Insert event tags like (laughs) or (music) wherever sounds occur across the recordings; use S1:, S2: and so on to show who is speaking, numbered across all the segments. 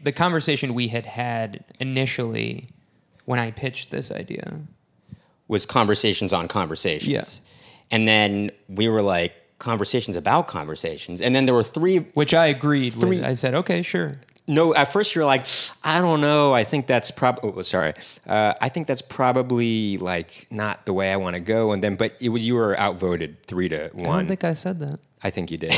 S1: the conversation we had had initially when I pitched this idea.
S2: was conversations on conversations.
S1: Yeah.
S2: And then we were like conversations about conversations. And then there were three
S1: Which I agreed with. I said, okay, sure.
S2: no at first you're like I don't know, I think that's probably oh, sorry. Uh, I think that's probably like not the way I want to go and then but it, was- you were outvoted 3 to
S3: Uh-huh.
S2: 1.
S1: I don't think I said
S3: (laughs)
S1: that.
S2: I think you did.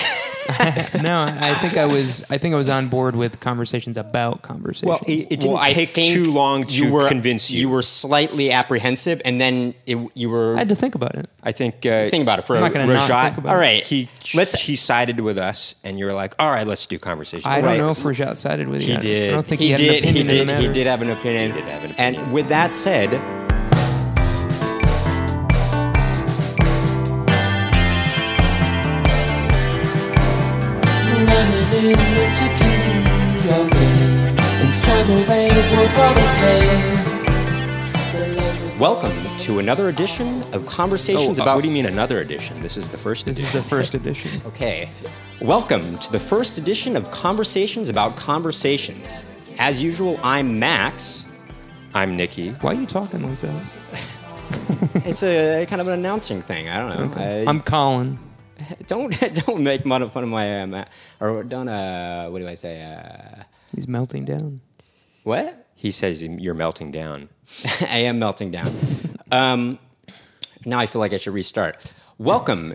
S1: No, I think I was. I think I was on board with conversations about conversations.
S3: Well, it, it didn't
S2: Well, I
S3: take
S2: think
S3: too long to
S2: you were,
S3: convince you.
S2: You were slightly apprehensive, and then it, you were
S1: I had to think about it.
S3: I think. Uh,
S2: Think about it for
S1: I'm
S2: a
S1: not gonna not
S2: Rajat-
S1: think about
S2: all
S1: it.
S2: right,
S3: He
S2: let's.
S3: he sided with us, and you were like, "All right, let's do conversations."
S1: I don't
S2: Right.
S1: know if Rajat sided with you.
S2: He
S1: I don't-
S2: did.
S1: I don't think he, had an opinion
S2: he
S1: in
S2: did.
S1: the matter.
S2: He did have an opinion.
S3: did have an
S2: And
S3: opinion.
S2: with that said,
S4: running in the chicken again. Inside the way with all the pain. The love's a-
S2: welcome to another edition of Conversations
S3: Oh, uh,
S2: about.
S3: what do you mean another edition? This is the first
S1: This
S3: edition.
S1: is the first edition.
S2: Okay. Welcome to the first edition of Conversations about Conversations. As usual, I'm Max.
S3: I'm Nikki.
S1: Why are you talking like that?
S2: It's a kind of an announcing thing. I don't know. I,
S1: I'm Colin.
S2: don't (laughs) don't (laughs) make fun of, fun of my uh, ma- or don't uh what do I say uh
S1: He's melting down.
S2: what
S3: He says you're melting down.
S2: (laughs) I am melting down. Um, now I feel like I should restart.
S3: (laughs)
S2: Welcome.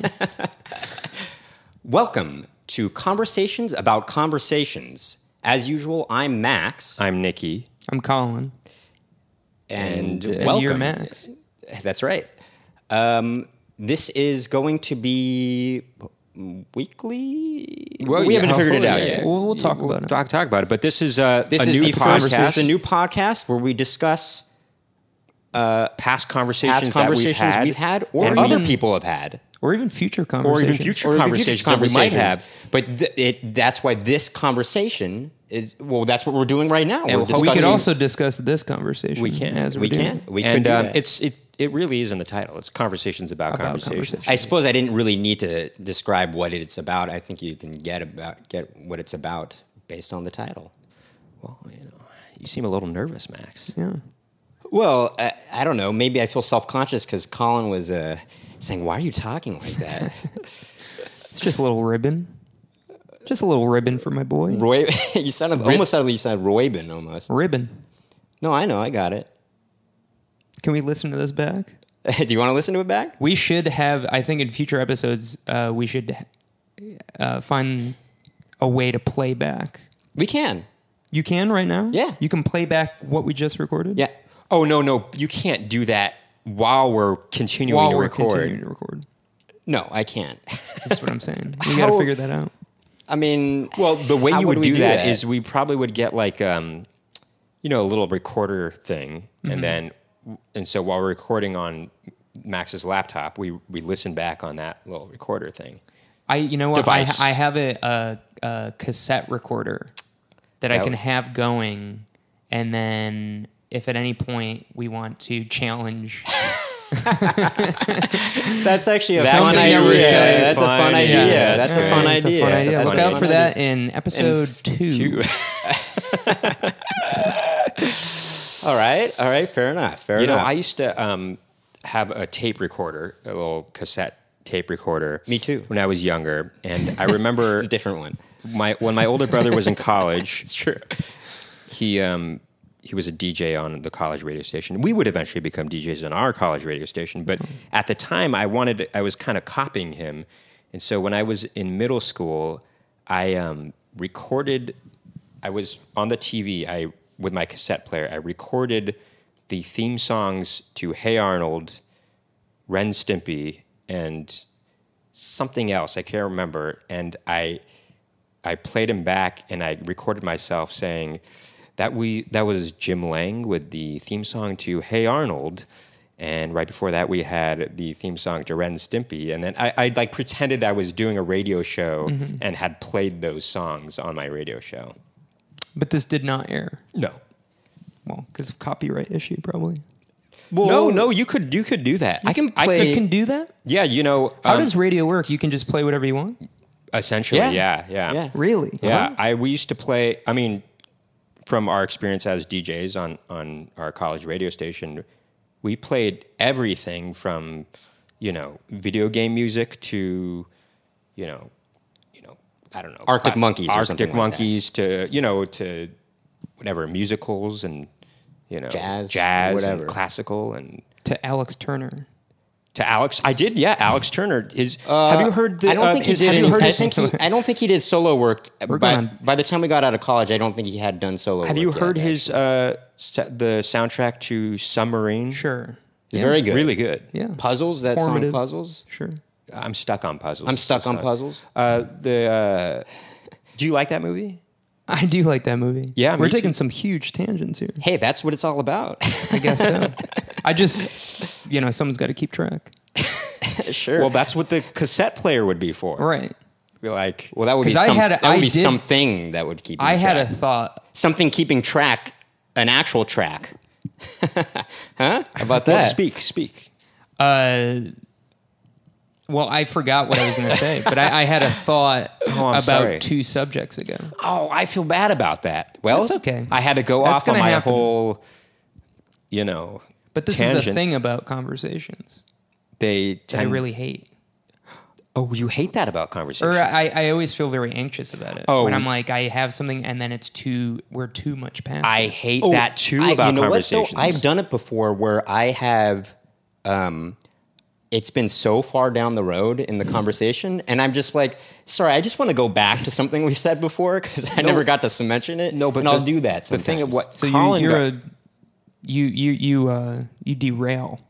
S2: (laughs) Welcome to Conversations About Conversations. As usual, I'm Max.
S3: I'm Nikki.
S1: I'm Colin.
S2: And,
S3: And
S1: And
S2: welcome.
S1: you're Max.
S2: That's right. Um, this is going to be weekly. we haven't figured it out
S3: hopefully,
S2: yet.
S3: yeah.
S1: We'll- we'll talk about it.
S3: Talk, talk about it. But this is uh,
S2: This
S3: a
S2: is
S3: new
S2: the
S3: podcast.
S2: first. This is a new podcast where we discuss
S3: past conversations,
S2: past conversations we've had, or
S3: and
S2: other
S3: we-
S2: people have had.
S1: Or even future
S3: or
S1: conversations.
S3: even future
S2: or the
S3: conversations, that we might have.
S2: But th- it, that's why this conversation is well. That's what we're doing right now.
S3: And
S2: we're
S3: we could
S1: We could
S2: discussing-
S1: also discuss this conversation.
S3: We can.
S1: As we're
S2: We
S1: doing
S2: can.
S1: it.
S2: We could
S3: and
S2: do
S3: um,
S2: that.
S3: it's it it really is in the title. It's conversations about, conversations.
S1: conversations.
S2: I suppose I didn't really need to describe what it's about. I think you can get about get what it's about based on the title.
S3: Well, you know, you seem a little nervous, Max.
S1: Yeah.
S2: Well, I, I don't know. Maybe I feel self conscious because Colin was uh, saying, "Why are you talking like (laughs) that?"
S1: It's just a little ribbon. Just a little ribbon for my boy.
S2: Roy, (laughs) you sounded almost sounded like you sounded Roybin almost.
S1: ribbon.
S2: No, I know, I got it. (laughs)
S1: Can we listen to this back?
S2: do you want to listen to it back?
S1: We should have. I think in future episodes, uh, we should uh, find a way to play back.
S2: We can.
S1: You can right now.
S2: Yeah.
S1: You can play back what we just recorded.
S2: Yeah.
S3: Oh no, no, you can't do that while we're continuing
S1: While
S3: to
S1: we're
S3: record.
S1: continuing to record.
S2: No, I can't. (laughs)
S1: That's what I'm (laughs) saying. We got to
S2: How-
S1: figure that out.
S2: I mean,
S3: Well, the way
S2: How
S3: you would,
S2: would we
S3: do,
S2: do
S3: that
S2: that?
S3: is we probably would get like um, you know, a little recorder thing,
S2: Mm-hmm.
S3: and then and so while we're recording on Max's laptop, we we listen back on that little recorder thing.
S1: I, you know what? I,
S3: Device.
S1: I have a, a, a cassette recorder that I
S3: That
S1: can
S3: would-
S1: have going, and then if at any point we want to challenge,
S2: That's actually a
S3: (laughs) That
S2: fun
S3: would be
S2: idea.
S3: really
S2: that's a
S3: fun
S2: fun idea.
S3: idea.
S2: That's
S3: All
S2: a
S3: right,
S2: fun
S3: it's a
S2: idea.
S3: fun
S2: That's a
S3: idea.
S2: fun
S1: look out for
S2: idea.
S1: that in episode two.
S3: (laughs)
S2: All right. All right. Fair enough. Fair
S3: You know,
S2: enough.
S3: I used to um, have a tape recorder, a little cassette tape recorder.
S2: Me too.
S3: When I was younger,
S2: (laughs)
S3: and I remember
S2: it's a different one.
S3: my when my older brother was in college.
S2: (laughs) It's true.
S3: he um he was a DJ on the college radio station. We would eventually become DJs on our college radio station, but at the time I wanted I was kind of copying him. And so when I was in middle school, I um recorded I was on the TV, I with my cassette player, I recorded the theme songs to Hey Arnold, Ren Stimpy, and something else. I can't remember. And I I played him back and I recorded myself saying that we that was Jim Lang with the theme song to Hey Arnold. And right before that, we had the theme song to Ren Stimpy, and then I, I like pretended I was doing a radio show
S2: Mm-hmm.
S3: and had played those songs on my radio show.
S1: But this did not air.
S3: No,
S1: Well, because of copyright issue, probably.
S3: no, no, you could you could do that. I
S2: can
S3: I
S2: play-
S1: You can do that.
S3: yeah, you know,
S1: How
S3: um,
S1: does radio work? You can just play whatever you want.
S3: Essentially,
S2: Yeah.
S3: yeah, yeah,
S2: Yeah.
S1: Really?
S3: Yeah,
S2: Uh-huh.
S3: I we used to play. I mean, from our experience as DJs on on our college radio station, we played everything from you know video game music to you know you know I don't know
S2: Arctic
S3: cla-
S2: Monkeys or something
S3: Arctic
S2: like that.
S3: Monkeys to you know to whatever musicals and you know
S2: Jazz,
S3: jazz,
S2: whatever.
S3: and classical and.
S1: To Alex Turner.
S3: To Alex, I did. Yeah, Alex Turner is. have you heard? The,
S2: I don't
S3: uh,
S2: think he
S3: his-
S2: did.
S3: Have you
S2: any-
S3: heard?
S2: I
S3: his-
S2: think he, I don't think he did solo work. By,
S1: gone.
S2: by the time we got out of college, I don't think he had done solo.
S3: Have
S2: work
S3: you
S2: yet,
S3: heard
S2: actually.
S3: his uh, sa- the soundtrack to Submarine?
S1: Sure.
S2: It's very good.
S3: Really good.
S1: Yeah.
S2: puzzles. That song
S1: Formative.
S2: puzzles.
S1: Sure.
S3: I'm stuck on puzzles.
S2: I'm stuck on puzzles.
S3: Uh, the uh, Do you like that movie?
S1: I do like that movie.
S3: Yeah,
S1: We're
S3: me
S1: taking
S3: too.
S1: some huge tangents here.
S2: Hey, that's what it's all (laughs) about.
S1: I guess (laughs) so. I just, you know, someone's got to keep track.
S2: sure.
S3: Well, that's what the cassette player would be for.
S1: All right.
S3: You're like,
S2: Well, that would be
S1: 'Cause I
S2: some,
S1: had a-
S2: that would
S1: I
S2: be
S1: did-
S2: something that would keep.
S1: I had a
S2: track.
S1: thought.
S2: something keeping track, an actual
S3: (laughs)
S2: track. huh? How about
S3: well,
S2: that?
S3: speak, speak.
S1: Uh, well, I forgot what I was going to say, but I, I had a thought
S3: I'm
S1: about
S3: sorry.
S1: two subjects ago.
S3: Oh, I feel bad about that.
S2: Well,
S1: That's okay.
S3: I had to go
S1: That's
S3: off on
S1: gonna
S3: my
S1: happen.
S3: whole, you know.
S1: But this is a
S3: tangent.
S1: thing about conversations
S3: They
S1: that I
S3: tend-
S1: really hate.
S3: Oh, you hate that about
S1: Or uh,
S3: conversations.
S1: I, I always feel very anxious about it.
S3: Oh.
S1: When I'm like, I have something and then it's too, we're too much past.
S3: I
S1: it.
S3: hate
S2: Oh,
S3: that too
S2: I-
S3: about
S2: you know what, though?
S3: conversations.
S2: I've done it before where I have, um, it's been so far down the road in the conversation, and I'm just like, sorry, I just want to go back to something we said before because I never got to mention it. No, but and I'll do that.
S3: the
S2: Sometimes.
S3: thing of what
S1: So
S3: Colin
S1: you,
S3: got-
S1: you're a, you, you, you, uh, you derail.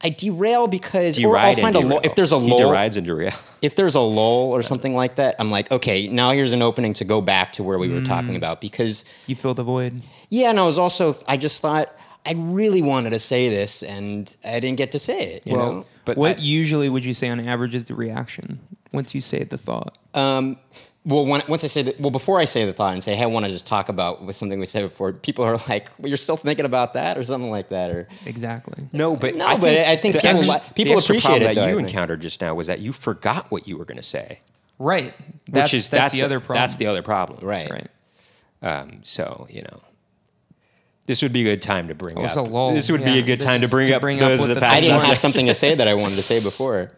S2: I derail because
S3: You
S2: or I'll
S3: ride and
S2: find a lull.
S3: derail.
S2: If there's a
S3: He
S2: lull,
S3: derides and derails.
S2: if there's a lull or something like that, I'm like, okay, now here's an opening to go back to where we were talking
S3: Mm.
S2: about because
S1: You fill the void.
S2: yeah, and I was also I just thought I really wanted to say this and I didn't get to say it. You know,
S3: but
S1: what usually would you say on average is the reaction once you say the thought?
S2: um, well, when, once I say that, well, before I say the thought and say, hey, I want to just talk about with something we said before, people are (laughs) like, well, you're still thinking about that or something like that, or
S1: Exactly.
S3: No, but
S2: No, but I think
S3: the
S2: people
S3: extra-
S2: li- people
S3: the extra
S2: appreciate
S3: problem
S2: it,
S3: That
S2: though, I
S3: you
S2: think.
S3: encountered just now was that you forgot what you were going to say,
S1: Right.
S3: which
S1: That's,
S3: is
S1: that's, the other problem.
S3: That's the other problem,
S2: right.
S1: right.
S3: Um, so you know, this would be a good time to bring
S1: it's
S3: up.
S1: a lull.
S3: This would be
S1: Yeah,
S3: a good
S1: this
S3: time to
S1: is
S3: bring
S1: to
S3: up
S1: bring up
S3: those
S1: what
S3: the
S1: the
S2: I
S3: fast
S1: thought
S2: didn't
S1: That's
S2: have
S3: subjects.
S2: something to say that I wanted
S1: (laughs)
S2: to say before.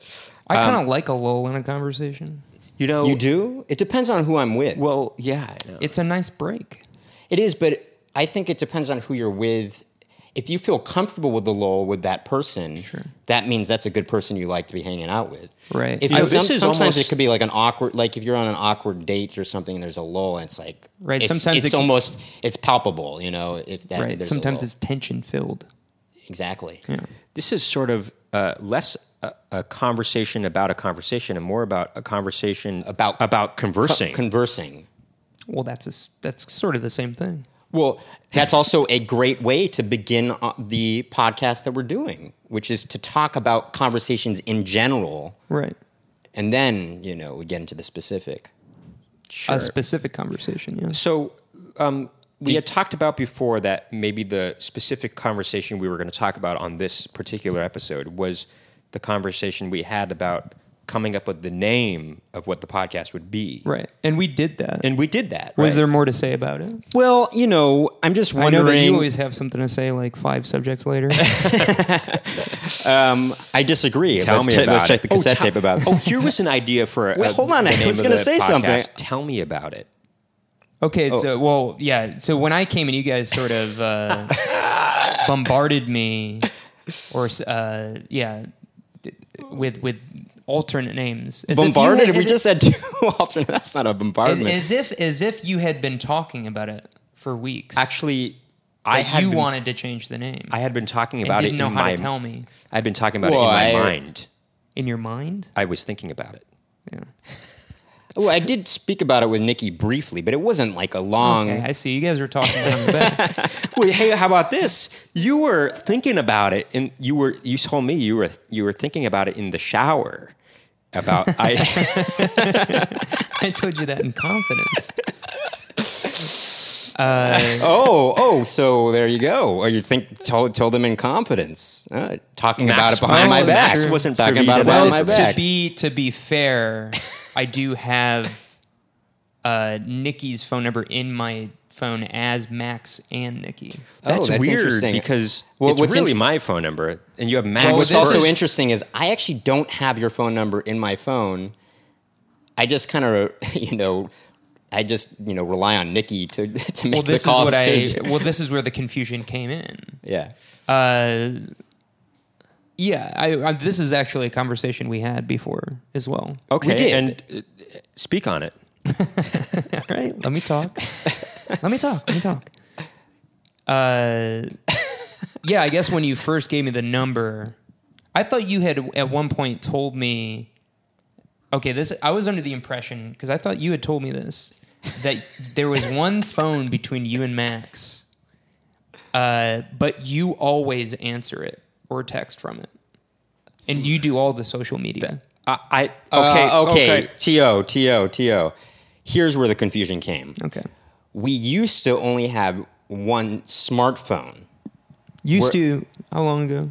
S1: I kind of like a lull in a conversation.
S3: You know,
S2: You do? It depends on who I'm with.
S3: Well, yeah, I know.
S1: It's a nice break.
S2: It is, but I think it depends on who you're with. If you feel comfortable with the lull with that person, that means that's a good person you like to be hanging out with.
S1: Right.
S2: If
S1: You
S2: you
S1: know,
S2: some,
S3: this is
S2: sometimes it
S3: almost-
S2: could be like an awkward, like if you're on an awkward date or something, and there's a lull, and it's like
S1: Right,
S2: It's,
S1: sometimes
S2: it's
S1: it can-
S2: almost it's palpable, you know. If that
S1: Right.
S2: there's a
S1: Sometimes
S2: lull.
S1: it's tension filled.
S2: exactly
S3: this is sort of uh, less a, a conversation about a conversation and more about a conversation
S2: About-
S3: about conversing.
S2: conversing.
S1: Well, that's a, s- that's sort of the same thing.
S2: Well, that's also a great way to begin uh, the podcast that we're doing, which is to talk about conversations in general,
S1: Right.
S2: and then you know we get into the specific.
S1: A specific conversation. Yeah.
S3: So um, we had talked about before that maybe the specific conversation we were going to talk about on this particular episode was the conversation we had about coming up with the name of what the podcast would be.
S1: Right. And we did that.
S3: And we did that.
S1: Was
S3: right?
S1: there more to say about it?
S2: Well, you know, I'm just
S1: I know
S2: wondering.
S1: that you always have something to say like five subjects later.
S2: um, I disagree.
S3: Tell
S2: let's
S3: me
S2: check-
S3: about
S2: let's
S3: it.
S2: check the
S3: Oh,
S2: cassette
S3: tell-
S2: tape about.
S3: Oh, here was an idea for.
S2: Wait,
S3: uh,
S2: hold on,
S3: the
S2: I
S3: name
S2: was
S3: of
S2: gonna
S3: the
S2: say
S3: podcast.
S2: something.
S3: Tell me about it.
S1: Okay,
S3: Oh.
S1: so well, yeah. So when I came and you guys sort of
S3: (laughs)
S1: uh, bombarded me, or uh, yeah, d- with with alternate names. As if you
S2: (laughs) Bombarded.
S1: had-
S2: we just had two (laughs) alternate. That's not a
S1: as,
S2: bombardment.
S1: as if as if you had been talking about it for weeks.
S3: Actually, I
S1: I
S3: had
S1: you
S3: been,
S1: wanted to change the name.
S3: I had been talking
S1: and
S3: about
S1: didn't
S3: it
S1: know
S3: in
S1: how
S3: my.
S1: to tell me
S3: I'd been talking about
S2: Well,
S3: it in my
S2: I-
S3: mind.
S1: in your mind.
S3: I was thinking about it.
S1: Yeah.
S3: Hmm.
S2: well, Oh, I did speak about it with Nikki briefly, but it wasn't like a long.
S1: Okay, I see. You guys were talking down
S3: (laughs)
S1: the back.
S3: Wait, hey, how about this? You were thinking about it, and you were you told me you were you were thinking about it in the shower.
S2: (laughs)
S3: About I,
S1: I told you that in confidence.
S2: Oh, oh, so there you go. Or you think told told them in confidence, uh, talking about
S3: Max
S2: it behind my
S3: wasn't-
S2: back.
S3: Max wasn't
S2: talking
S3: privy
S2: about
S3: to
S2: it behind
S3: that.
S2: my
S1: Well, to
S2: back.
S1: be to be fair, I I do have uh, Nikki's phone number in my phone as Max and Nikki.
S3: That's,
S2: Oh, that's
S3: weird
S2: interesting.
S3: because
S2: Well,
S3: it's
S2: what's
S3: really
S2: int-
S3: my phone number, and you have Max.
S2: And what's
S1: this
S2: also
S1: is-
S2: interesting is I actually don't have your phone number in my phone. I just kind of, (laughs) you know, I just you know rely on Nikki to (laughs) to make
S1: Well, this
S2: the
S1: is
S2: calls.
S1: what I.
S2: to-
S1: Well, this is where the confusion came in.
S2: yeah.
S1: Uh, yeah, I, I, this is actually a conversation we had before as well.
S3: okay,
S2: We did.
S3: and uh, speak on it.
S1: All right, let me talk. let me talk. Let me talk. Uh, yeah, I guess when you first gave me the number, I thought you had at one point told me. Okay, this I was under the impression because I thought you had told me this that there was one phone between you and Max, uh, but you always answer it or text from it, and you do all the social media.
S3: I, I okay,
S2: Uh, okay.
S3: okay.
S2: To to to. Here's where the confusion came.
S1: Okay,
S2: We used to only have one smartphone.
S1: used
S2: Where-
S1: to how long ago?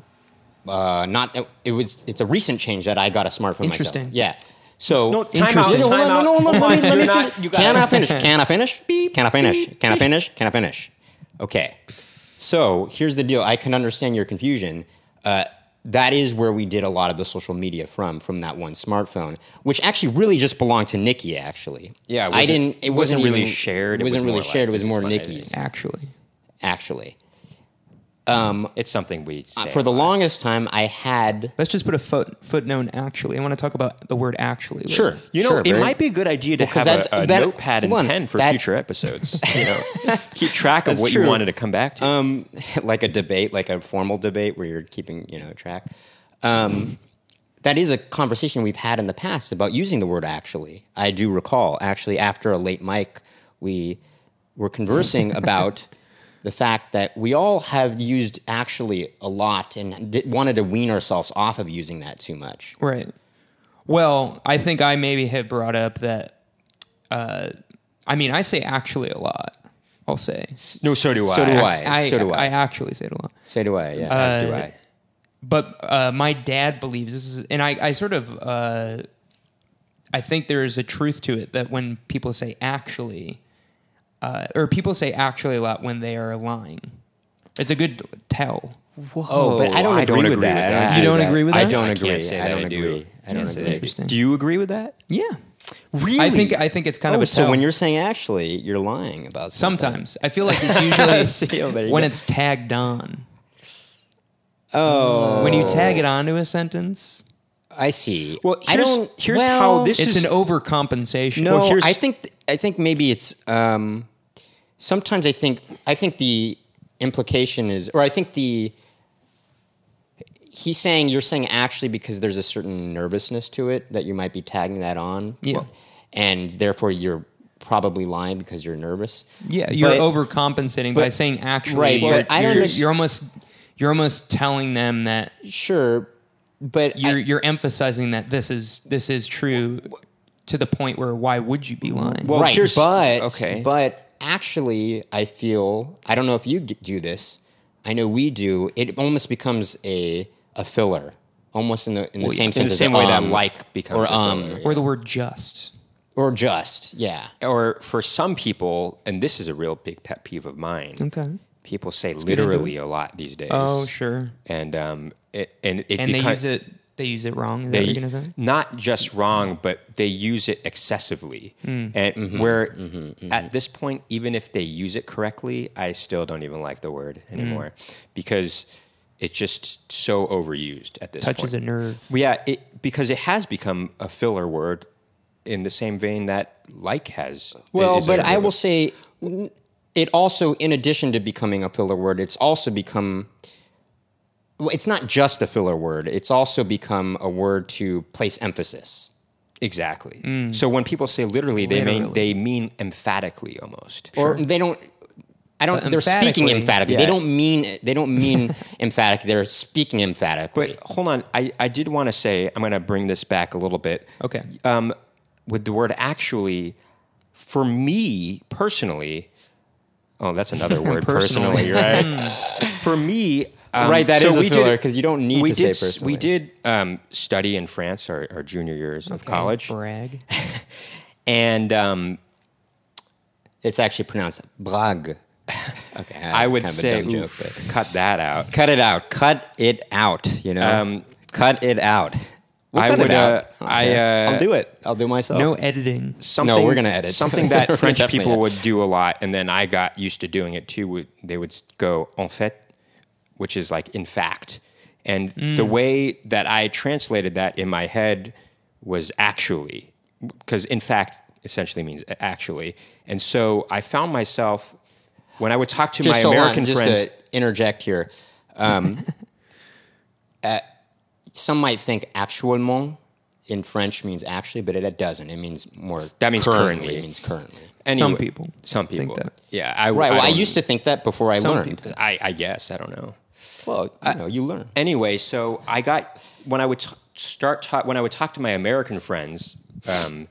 S2: Uh, not it was. It's a recent change that I got a smartphone
S1: Interesting.
S2: myself. Yeah. So
S3: No, time out.
S1: Interesting.
S2: No,
S3: Time
S2: no, no, no, (laughs)
S3: out.
S2: no,
S3: Hold
S2: no,
S3: on,
S2: let me, let
S3: you're
S2: me
S3: not-
S2: finish.
S3: you
S2: Can I (laughs)
S3: gotta-
S2: finish? Can I finish? Can I finish? Can I finish? Can I finish? Okay. So here's the deal. I can understand your confusion. Uh, that is where we did a lot of the social media from, from that one smartphone, which actually really just belonged to Nikki. Actually,
S3: Yeah, it
S2: I
S3: wasn't-
S2: didn't. It,
S3: it wasn't really
S2: even-
S3: shared.
S2: It
S3: It
S2: wasn't
S3: was
S2: really
S3: more like-
S2: shared. it was
S3: this is
S2: more
S3: what I-
S2: Nikki's.
S1: Actually,
S2: Actually,
S3: It's something we say.
S2: Uh, for the longest time, I had
S1: Let's just put a foot, footnote. Actually, I want to talk about the word actually. later.
S2: sure.
S3: you know,
S2: sure,
S3: it
S2: very-
S3: might be a good idea to
S2: 'cause
S3: have
S2: that-
S3: a, a
S2: that-
S3: notepad and
S2: hold on,
S3: pen for
S2: that- (laughs)
S3: future episodes. You know, keep track of what
S2: true.
S3: you wanted to come back to.
S2: um, (laughs) like a debate, like a formal debate where you're keeping you know track. Um, that is a conversation we've had in the past about using the word actually. I do recall actually after a late mic, we were
S3: (laughs)
S2: conversing about the fact that we all have used actually a lot and did, wanted to wean ourselves off of using that too much.
S1: Right. Well, I think I maybe had brought up that. Uh, I mean, I say actually a lot. I'll say.
S3: no, so do I.
S2: So do I.
S1: I,
S2: so do I.
S1: I uh, actually say it a lot.
S2: so do I. Yeah.
S3: As do I.
S1: but uh, my dad believes this is, and I, I sort of, uh, I think there is a truth to it that when people say actually, uh, or people say actually a lot when they are lying, it's a good tell.
S2: oh, but I don't
S3: I
S2: agree,
S3: don't
S2: with,
S3: agree
S2: that.
S3: with
S2: I
S3: that.
S1: You don't agree with
S2: I
S1: that?
S2: don't
S3: I
S2: agree.
S3: can't say
S2: I
S3: that
S2: don't
S3: I do.
S2: agree. I
S1: Can't
S2: don't
S1: say that I do.
S2: agree.
S1: Interesting.
S3: Do you agree with that?
S1: Yeah,
S3: Really?
S1: I think I think it's kind of
S2: Oh,
S1: a
S2: so
S1: tell.
S2: when you're saying actually, you're lying about something.
S1: Sometimes I feel like it's
S2: (laughs) See, oh, there
S1: usually
S2: you
S1: when
S2: go.
S1: it's tagged on.
S2: Oh,
S1: When you tag it onto a sentence,
S2: I see.
S3: Well,
S2: I
S3: here's-
S2: don't,
S3: here's
S2: well,
S3: how this-
S1: it's
S3: is-
S1: an overcompensation.
S2: No,
S3: well, here's-
S2: I think th- I think maybe it's. Um, sometimes I think I think the implication is, or I think the he's saying you're saying actually because there's a certain nervousness to it that you might be tagging that on.
S1: Yeah.
S2: and therefore you're probably lying because you're nervous.
S1: Yeah, you're
S2: But-
S1: overcompensating by saying actually.
S2: Right,
S1: you're,
S2: but I
S1: you're,
S2: don't ex-
S1: you're almost you're almost telling them that
S2: Sure, but I-
S1: you're you're emphasizing that this is this is true to the point where why would you be lying?
S3: Well,
S2: right,
S3: here's-
S2: but
S3: okay.
S2: but actually, I feel I don't know if you g- do this. I know we do. It almost becomes a a filler, almost in the in the same
S3: in
S2: sense
S3: the
S2: as
S3: same way that
S2: um,
S3: like becomes
S2: or
S3: a
S2: um,
S3: filler.
S1: or the word just.
S2: or just yeah.
S3: or for some people, and this is a real big pet peeve of mine.
S1: Okay.
S3: People say literally a lot these days.
S1: Oh sure.
S3: And um, it, and it
S1: And they
S3: becau-
S1: use it they use it wrong. Is that
S3: they-
S1: what you're gonna say?
S3: not just wrong, but they use it excessively.
S1: Hmm.
S3: And
S2: Mm-hmm.
S3: where at this point, even if they use it correctly, I still don't even like the word
S1: Hmm.
S3: anymore because it's just so overused at this
S1: Touches
S3: point.
S1: a nerve.
S3: Well, yeah, it, because it has become a filler word in the same vein that like has.
S2: Well,
S3: is a
S2: but I
S3: filler.
S2: will say, n- it also, in addition to becoming a filler word, it's also become. well, It's not just a filler word. It's also become a word to place emphasis.
S3: exactly. So when people say Mm. literally, they mean they mean emphatically almost.
S2: or they don't I don't.
S1: But
S2: they're speaking
S1: emphatically.
S2: emphatically. They
S3: Yeah.
S2: don't mean. They don't
S3: (laughs)
S2: mean emphatic. They're speaking emphatically.
S3: But hold on, I, I did want to say I'm going to bring this back a little bit.
S1: Okay.
S3: Um, with the word actually, for me personally, oh,
S2: (laughs)
S3: that's another word, personally,
S1: Personally.
S3: right? for me, um,
S2: Hmm. Right, that
S3: that is
S2: is a filler, 'cause you don't need
S3: we
S2: to say
S3: did, s-
S2: personally.
S3: We did um, study in France our, our junior years of college,
S1: Brag.
S3: And um,
S2: It's actually pronounced Brag.
S3: (laughs)
S2: Okay,
S3: I would
S2: kind of a
S3: say,
S2: dumb joke,
S3: "Oof,
S2: but-
S3: cut that out.
S2: cut it out. Cut it out. You know,
S3: Um,
S2: cut it out. We'll
S3: I
S2: cut
S3: would,
S2: It out.
S3: uh,
S2: I don't
S3: I,
S2: care.
S3: uh,
S2: I'll do it. I'll do myself.
S1: No editing.
S3: something
S2: we're gonna edit. (laughs)
S3: something
S2: We're
S3: that French
S2: definitely
S3: people
S2: edit.
S3: would do a lot, and then I got used to doing it too. would- They would go en fait, which is like in fact, and the
S2: Mm.
S3: way that I translated that in my head was actually, because in fact essentially means uh, actually, and so I found myself when I would talk to
S2: just
S3: my
S2: hold on,
S3: American
S2: just
S3: friends.
S2: to interject here. Um, uh, some might think actuellement in French means actually, but it, it doesn't. It means more.
S3: That means currently.
S2: It means currently.
S1: Some
S3: anyway,
S1: people
S3: some
S1: think
S3: people,
S1: that.
S3: yeah, I
S2: Right. well, I
S3: don't-
S2: used to think that before I
S3: some
S2: learned.
S3: people- I, I guess I don't know.
S2: Well, you know, you learn.
S3: anyway, so I got when I would t- start ta- when I would talk to my American friends, um,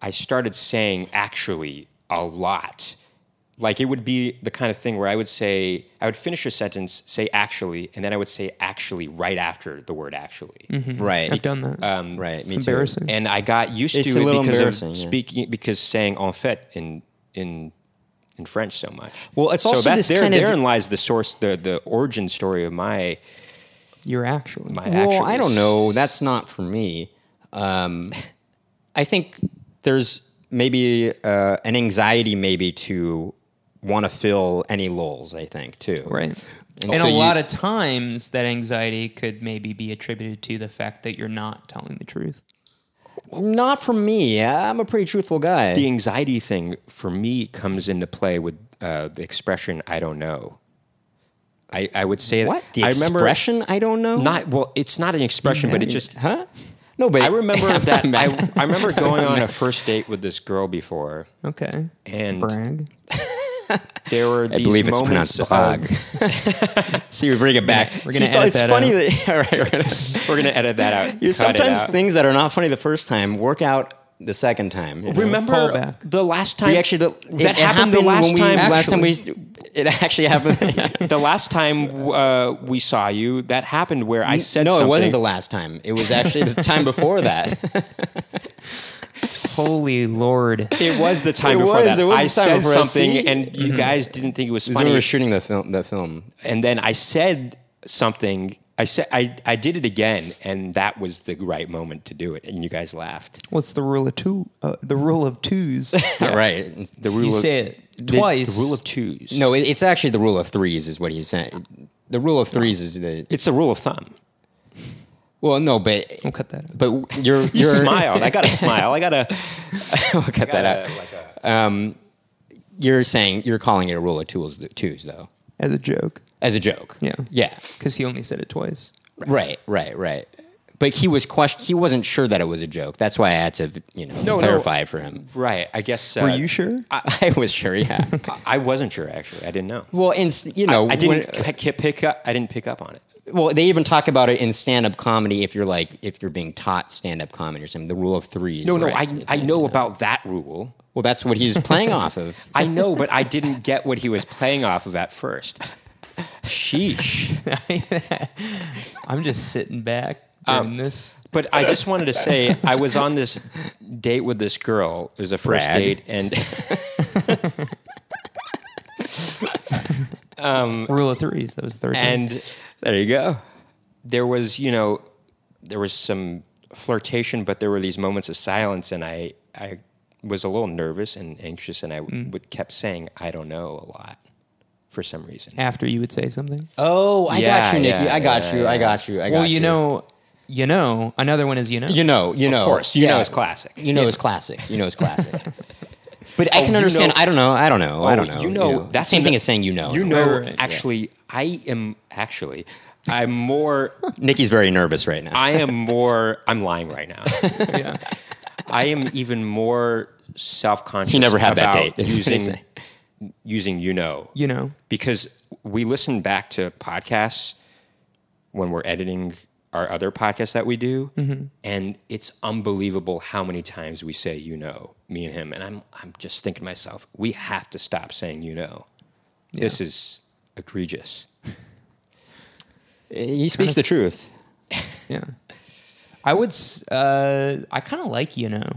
S3: I started saying actually a lot. Like it would be the kind of thing where I would say I would finish a sentence, say actually, and then I would say actually right after the word actually.
S2: Right.
S1: I've done that.
S3: Um,
S2: Right. Me
S1: it's
S2: too.
S1: embarrassing.
S3: and I got used
S2: It's
S3: to
S2: a
S3: it
S2: little
S3: because
S2: embarrassing,
S3: of
S2: yeah.
S3: speaking because saying en fait in in in French so much.
S2: Well, it's
S3: so
S2: also
S3: that,
S2: this
S3: there,
S2: kind of-
S3: therein lies the source, the the origin story of my
S1: You're actually.
S3: my
S2: Well, I
S3: actuallys.
S2: don't know. That's not for me. Um, I think there's maybe uh, an anxiety, maybe to want to fill any lulls. I think too.
S1: Right.
S2: And
S1: And,
S2: so
S1: a
S2: you-
S1: lot of times that anxiety could maybe be attributed to the fact that you're not telling the truth.
S2: Not for me. I'm a pretty truthful guy.
S3: the anxiety thing for me comes into play with uh, the expression "I don't know." I, I would say
S2: what? The
S3: I remember
S2: expression? I don't know.
S3: not well. It's not an expression, but it just.
S2: huh? No, but
S3: I remember that
S2: I'm
S3: I,
S2: not mad.
S3: I remember going on a first date with this girl before,
S1: Okay.
S3: and
S1: Brag.
S3: there were
S2: (laughs)
S3: these
S2: I believe it's
S3: moments
S2: pronounced Prague.
S3: of- (laughs)
S2: See, we bring it back.
S1: We're gonna
S2: See, so
S1: edit
S2: it's
S1: that
S2: funny
S1: out.
S2: that (laughs) all right, we're gonna-
S3: we're gonna edit that out.
S2: You
S3: cut it
S2: sometimes
S3: out.
S2: things that are not funny the first time work out the second time. you know?
S3: Remember
S1: Callback.
S3: the last time
S2: We actually
S3: that
S2: it- it
S3: happened, the
S2: when
S3: last
S2: we-
S3: time
S2: Last time we, it actually (laughs) happened.
S3: (laughs) the last time uh, we saw you that happened where I said
S2: no, it
S3: something.
S2: wasn't the last time. It was actually the time before (laughs) that.
S1: Holy Lord.
S3: It was the time
S2: It
S3: before
S2: was,
S3: that. Mm-hmm.
S2: it was
S3: I
S2: the time
S3: said
S2: before,
S3: something,
S2: see?
S3: and you guys didn't think it was
S2: when we
S3: funny.
S2: were shooting the film. The film.
S3: and then I said something. I said I, I did it again, and that was the right moment to do it. And you guys laughed.
S1: What's the rule of two? Uh, the rule of
S3: (laughs)
S1: twos.
S2: Right. The rule.
S1: you
S2: of,
S1: say it
S2: the
S1: twice.
S3: The rule of twos.
S2: No, it, it's actually the rule of threes, is what he's saying. The rule of threes is the
S3: it's a rule of thumb.
S2: well, no, but
S1: We'll cut that out.
S2: but you're
S3: You
S2: you're
S3: smiled. I got to smile. I got (laughs) to
S2: (laughs) we'll cut that out.
S3: like a
S2: You're saying you're calling it a rule of tools twos though,
S1: As a joke.
S2: as a joke.
S1: Yeah.
S2: Yeah.
S1: Because he only said it twice.
S2: Right, right, right. But he was question- he wasn't sure that it was a joke. That's why I had to, you know,
S3: no.
S2: clarify for him.
S3: right. I guess. Uh,
S1: Were you sure?
S3: (laughs)
S2: I, I was sure, yeah.
S3: I, I wasn't sure actually. I didn't know.
S2: well, in, you know,
S3: I didn't
S2: when- uh,
S3: pick, pick up. I didn't pick up on it.
S2: well, they even talk about it in stand-up comedy if you're like if you're being taught stand-up comedy or something. The rule of threes.
S3: No, no.
S2: right?
S3: I I know about that rule.
S2: well, that's what he's playing off of.
S3: I know, but I didn't get what he was playing off of at first. Sheesh.
S1: I'm just sitting back doing
S3: Um,
S1: this.
S3: But I just wanted to say I was on this date with this girl. It was a first
S2: Brad.
S3: date, and
S1: Rule of threes. That was the third. one.
S3: and
S2: There you go.
S3: there was you know there was some flirtation, but there were these moments of silence, and I I was a little nervous and anxious, and I
S2: Mm.
S3: would kept saying I don't know a lot for some reason.
S1: After you would say something.
S2: (laughs) Oh, I
S3: Yeah,
S2: got you, Nikki.
S3: yeah,
S2: I got
S3: yeah,
S2: you. I
S3: yeah.
S2: got you. I got
S1: well, you, know, you know. Another one is you know.
S2: You know, you know. Of
S3: course, you know it's classic. Oh,
S2: You know it's classic. You know it's
S3: (laughs)
S2: classic. but I
S3: you
S2: can
S3: know-
S2: understand. I don't know. I don't know. I
S3: Oh,
S2: don't know.
S3: You know, that's
S2: same
S3: another-
S2: thing as saying you know.
S3: You know,
S1: Right, right,
S3: actually, I am actually, I'm more,
S2: Nikki's very nervous right now.
S3: I am more, I'm lying right now. I am even more self conscious.
S2: He never had that date, is what he's
S3: Using, using you know,
S1: You know.
S3: because we listen back to podcasts when we're editing our other podcasts that we do, and it's unbelievable how many times we say you know, me and him, and I'm I'm just thinking to myself, we have to stop saying you know. This is egregious.
S2: he speaks the truth.
S1: Yeah. I would. s- Uh, I kind of like you know.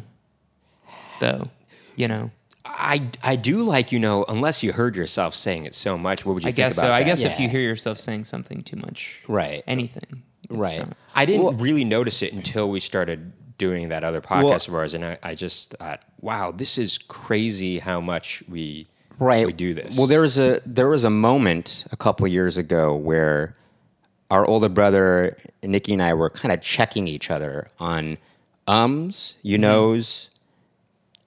S1: though. You know,
S3: I, I do like, you know, unless you heard yourself saying it so much, what would you
S1: I
S3: think
S1: guess so.
S3: about
S1: I
S3: that?
S1: guess
S2: Yeah.
S1: if you hear yourself saying something too much,
S2: Right.
S1: Anything, it's
S2: Right.
S1: not-
S3: I didn't really notice it until we started doing that other podcast
S2: Well-
S3: of ours, and I, I just thought, wow, this is crazy how much we
S2: right
S3: we do this.
S2: well there was a there was a moment a couple years ago where our older brother nikki and i were kind of checking each other on ums you
S3: Mm-hmm.
S2: knows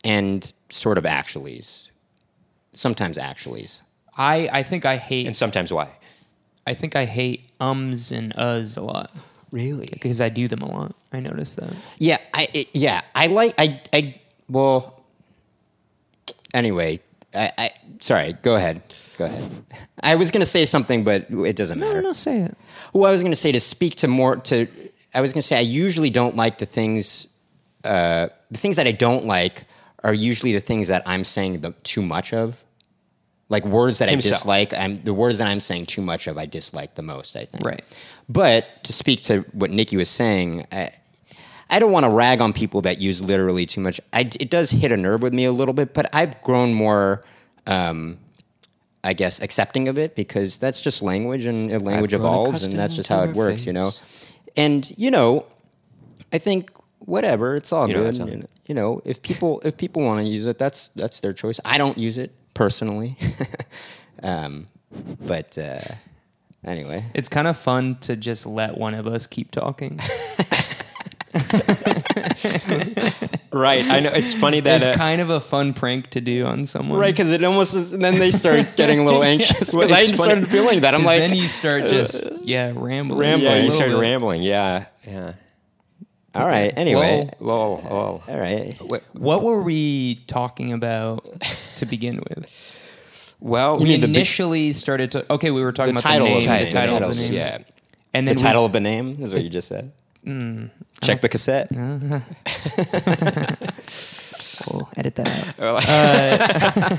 S2: and sort of actuallys sometimes actuallys
S1: I I think I hate
S3: and sometimes why?
S1: I think I hate ums and uhs a lot
S2: really
S1: because I do them a lot. I notice that.
S2: yeah i it, yeah i like i i well anyway I, I sorry go ahead go ahead i was going to say something but it doesn't
S1: No,
S2: matter
S1: no, say it.
S2: Well, I was going to say to speak to more to. I was going to say I usually don't like the things. Uh, the things that I don't like are usually the things that I'm saying the, too much of. Like words that
S3: Himself.
S2: I dislike, I'm, the words that I'm saying too much of, I dislike the most. I think.
S1: Right.
S2: But to speak to what Nikki was saying, I, I don't want to rag on people that use literally too much. I, it does hit a nerve with me a little bit, but I've grown more. Um, I guess accepting of it because that's just language and uh, language
S3: grown
S2: evolves and
S3: accustomed
S2: that's just how
S3: to
S2: it
S3: her
S2: works, you know. And you know, I think whatever, it's all
S3: You know,
S2: good.
S3: that's all-
S2: and, you know, if people if people want to use it, that's that's their choice. I don't use it personally, (laughs) um, but uh, anyway,
S1: It's kind of fun to just let one of us keep talking.
S3: Right. I know
S2: (laughs)
S3: it's funny that
S1: it's
S3: uh,
S1: kind of a fun prank to do on someone.
S2: right? Because it almost is, and then they start getting a (laughs) little anxious
S3: Well,
S2: because I
S3: it's funny.
S2: started feeling that. I'm
S1: 'Cause
S2: like,
S1: then you start just yeah rambling.
S3: yeah,
S1: a
S3: you
S1: little
S3: started
S1: bit.
S3: rambling. Yeah, yeah.
S2: all right, anyway,
S3: Lol, lol.
S2: all right.
S1: What were we talking about to begin with?
S3: Well,
S1: We
S2: mean the big-
S1: initially started to. Okay, we were talking
S2: The
S1: about the
S2: title
S1: name,
S2: of
S1: the
S2: it,
S1: title of
S2: titles,
S1: the name,
S3: yeah.
S1: and
S2: The
S1: then
S2: title of the name is what you just said.
S3: Mm,
S2: Check the cassette.
S1: We, oh, edit that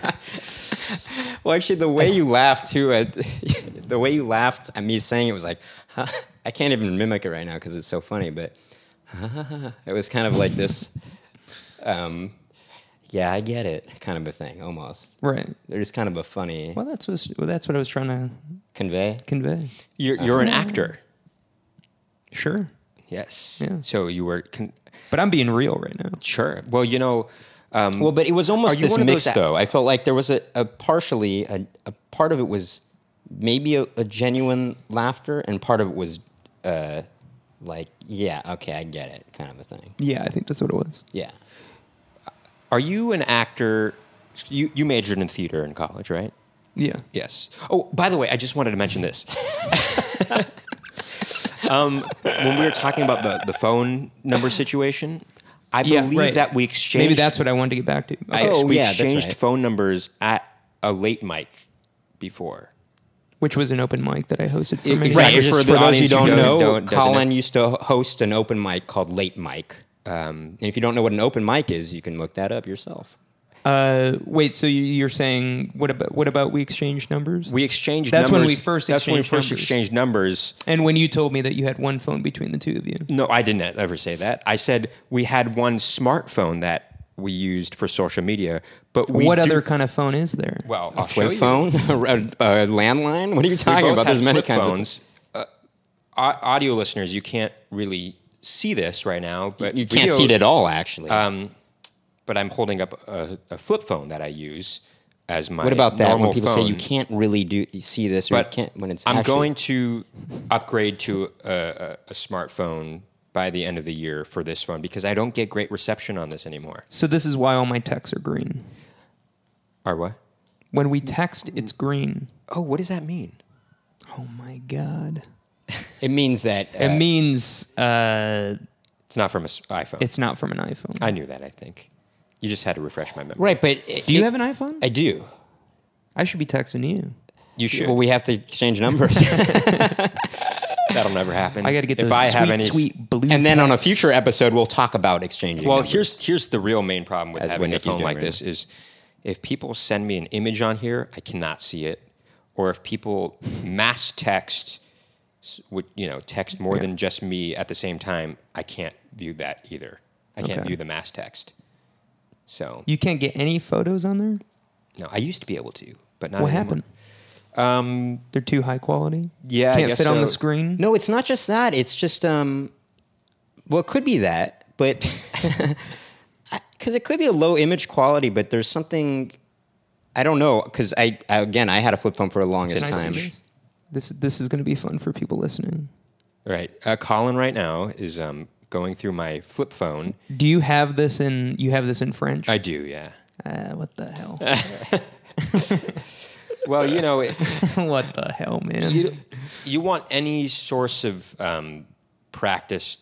S1: out.
S2: Well, actually, the way you laughed too, at, (laughs) the way you laughed at me saying it was like, huh? I can't even mimic it right now because it's so funny. But (laughs) it was kind of like this, um, yeah, I get it, (laughs) kind of a thing almost.
S1: Right.
S2: There's kind of a funny
S1: Well, that's what, well, that's what I was trying to
S2: convey.
S1: convey.
S3: you're you're an actor.
S1: Sure,
S2: Mm-hmm.
S3: Yes.
S1: Yeah.
S3: So you were con-
S1: but I'm being real right now.
S3: sure. Well, you know, um,
S2: Well, but it was almost
S3: Are you
S2: this
S3: one of
S2: mix,
S3: those that-
S2: though. I felt like there was a, a partially a, a part of it was maybe a, a genuine laughter, and part of it was uh, like, yeah, okay, I get it, kind of a thing.
S1: Yeah, I think that's what it was.
S2: Yeah,
S3: are you an actor? You you majored in theater in college, right?
S1: Yeah.
S3: Yes. Oh, by the way, I just wanted to
S2: (laughs)
S3: mention this. um, when we were talking about the, the phone number situation, I
S1: Yeah,
S3: believe
S1: right.
S3: that we exchanged.
S1: Maybe that's what I wanted to get back to.
S3: I,
S1: Okay.
S2: Oh,
S3: we
S2: yeah, that's
S3: exchanged
S2: right.
S3: phone numbers at a late mic before.
S1: Which was an open mic that I hosted for many
S3: exactly.
S1: years.
S2: Just
S3: for
S2: for,
S3: the
S2: those who
S3: audience who
S2: don't
S3: don't-
S2: know,
S3: don't- doesn't
S2: Colin used to host an open mic called Late Mic.
S3: Um,
S2: And if you don't know what an open mic is, you can look that up yourself.
S1: Uh, wait, so you, you're saying what about what about we exchanged numbers?
S3: we exchanged.
S1: That's when
S3: numbers.
S1: we first
S3: That's when we
S1: exchanged
S3: first
S1: numbers.
S3: exchanged numbers.
S1: and when you told me that you had one phone between the two of you,
S3: No, I didn't ever say that. I said we had one smartphone that we used for social media, but we
S1: what
S3: do-
S1: other kind of phone is there?
S3: well
S2: A flip phone, (laughs) a, a landline. What are you
S3: We
S2: talking
S3: both
S2: about?
S3: had
S2: There's many
S3: flip
S2: kinds
S3: phones. Uh, au- audio listeners, you can't really see this right now, but
S2: of. You can't
S3: video-
S2: see it at all, actually.
S3: Uh, But I'm holding up a, a flip phone that I use as my.
S2: what about that when
S3: normal
S2: people say you
S3: phone.
S2: can't really do you see this or
S3: But
S2: you can't when it's?
S3: I'm
S2: actually-
S3: going to upgrade to a, a, a smartphone by the end of the year for this phone because I don't get great reception on this anymore.
S1: So this is why all my texts are green.
S3: Or what?
S1: When we text, it's green.
S3: Oh, what does that mean?
S1: Oh my god!
S2: It means that. Uh,
S1: It means uh,
S3: It's not from an iPhone.
S1: it's not from an iPhone.
S3: I knew that. I think you just had to refresh my memory.
S2: uh, right, but
S1: Do you have an iPhone?
S2: I do.
S1: I should be texting you.
S3: You should.
S2: Well, we have to exchange numbers, (laughs)
S3: That'll never happen.
S1: I got to get
S3: if
S1: those
S3: I
S1: sweet,
S3: have any
S1: sweet blue.
S2: and then on a
S1: texts.
S2: future episode, we'll talk about exchanging.
S3: Well,
S2: numbers.
S3: here's here's the real main problem with
S2: As what
S3: having a
S2: Nikki's
S3: phone
S2: doing
S3: like
S2: right
S3: this is if people send me an image on here, I cannot see it, or if people mass text, s- would you know text more than just me at the same time, I can't view that either. I can't
S1: Okay.
S3: view the mass text. So
S1: You can't get any photos on there.
S3: no, I used to be able to, but not
S1: What
S3: anymore.
S1: happened?
S3: Um,
S1: They're too high quality.
S3: Yeah, I
S1: can't
S3: guess
S1: fit on the
S3: so.
S1: screen.
S2: No, it's not just that. It's just um, well, it could be that, but (laughs) because it could be a low image quality, but there's something I don't know. Because I, I again, I had a flip phone for the longest
S1: Can I see
S2: time.
S1: this? This this is going to be fun for people listening.
S3: right. Uh, Colin right now is um, going through my flip
S1: (laughs)
S3: phone.
S1: Do you have this in you have this in French?
S3: I do, yeah.
S1: uh, what the hell?
S3: Well, you know, it,
S1: (laughs) what the hell, man?
S3: you, you want any source of um, practice,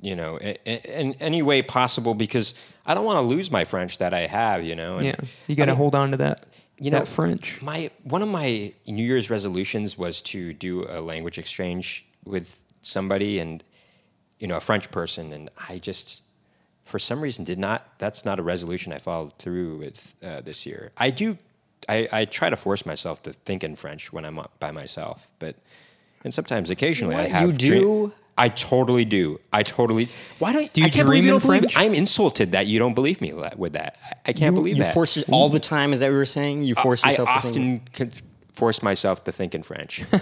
S3: you know, in, in any way possible, because I don't want to lose my French that I have, you know. And
S1: yeah, you got to hold on to that.
S3: you
S1: You
S3: know,
S1: know, French.
S3: My one of my New Year's resolutions was to do a language exchange with somebody, and you know, a French person, and I just for some reason did not. That's not a resolution I followed through with uh, this year. I do. I, I try to force myself to think in French when I'm up by myself, but and sometimes occasionally I
S2: What?
S3: have
S2: You
S3: dra-
S2: do?
S3: I totally do. I totally. Why don't
S1: Do you
S3: I can't believe
S1: dream
S3: you
S1: in
S3: don't believe?
S1: French?
S3: I'm insulted that you don't believe me la- with that. I, I can't believe
S2: you
S3: that.
S2: force it all the time. Is that what you were saying? You force
S3: I
S2: yourself. to think-
S3: often can f- force myself to think in
S2: (laughs)
S3: French. Um,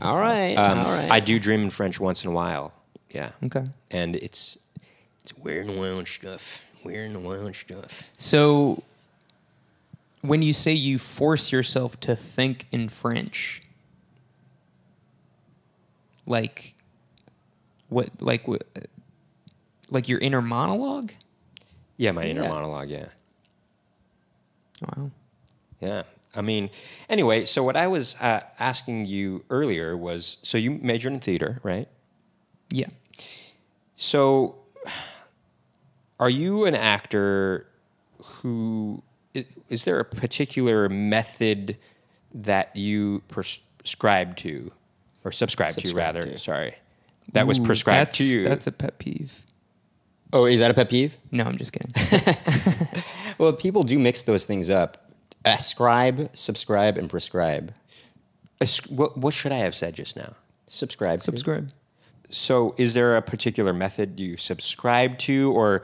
S2: all right. all right.
S3: I do dream in French once in a while. Yeah.
S1: Okay.
S3: And it's it's wearing the own stuff. Wearing the own stuff.
S1: So, when you say you force yourself to think in French, like what, like what, like your inner monologue?
S3: Yeah, my inner
S2: Yeah.
S3: monologue. Yeah.
S1: Wow.
S3: Yeah. I mean, anyway. So what I was uh, asking you earlier was, so you majored in theater, right?
S1: Yeah.
S3: So, are you an actor who i- is there a particular method that you prescribe to or subscribe,
S2: Subscribe
S3: to rather?
S2: to.
S3: Sorry. That was
S1: Ooh,
S3: prescribed
S1: that's,
S3: to you.
S1: That's a pet peeve.
S2: oh, is that a pet peeve?
S1: No, I'm just (laughs) kidding.
S2: Well, people do mix those things up. Ascribe, subscribe, and prescribe.
S3: A sc- what, what should I have said just now?
S2: Subscribe. to.
S1: Subscribe.
S3: So, is there a particular method you subscribe to or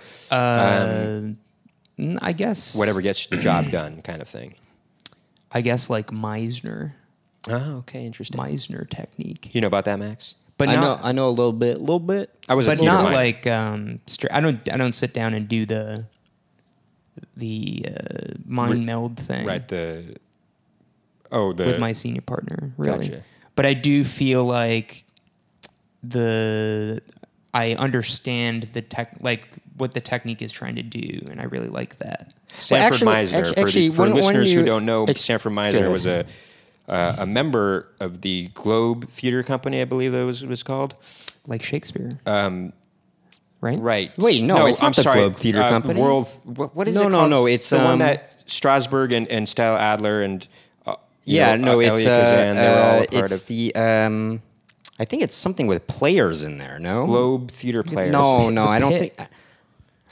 S1: Mm, I guess
S3: whatever gets
S1: (clears throat)
S3: the job done kind of thing?
S1: I guess like Meisner,
S3: Oh, okay. Interesting.
S1: Meisner technique,
S3: You know about that, Max?
S1: but
S2: I
S1: not
S2: know. I know a little bit. A little bit.
S3: I was a
S1: but
S3: theater
S1: not
S3: minor.
S1: like um stra- I don't I don't sit down and do the the uh, mind meld thing
S3: right the oh the
S1: with my senior partner really
S3: Gotcha.
S1: but I do feel like the I understand the tech like what the technique is trying to do and I really like that
S3: Sanford
S2: Well, actually-
S3: Meisner.
S2: act-
S3: for
S2: actually,
S3: the, for
S2: when- when
S3: listeners who
S2: you-
S3: don't know,
S2: ex-
S3: Sanford Meisner
S2: Good.
S3: was a uh, a member of the Globe Theater Company, I believe that was was called.
S1: like Shakespeare Um, right
S3: Right.
S2: Wait, no, it's not
S3: I'm
S2: the
S3: sorry,
S2: Globe Theater
S3: uh,
S2: Company.
S3: World. What, what is
S2: No,
S3: it?
S2: no,
S3: called?
S2: no, it's,
S3: the one
S2: um,
S3: that Strasberg and and Style Adler and uh, you
S2: Yeah,
S3: know,
S2: no,
S3: uh,
S2: it's
S3: Elia Kazan,
S2: uh,
S3: they were all
S2: uh,
S3: a part
S2: it's
S3: of
S2: the um, I think it's something with players in there. No,
S3: Globe Theater Players.
S2: no, no, I don't
S1: pit.
S2: think.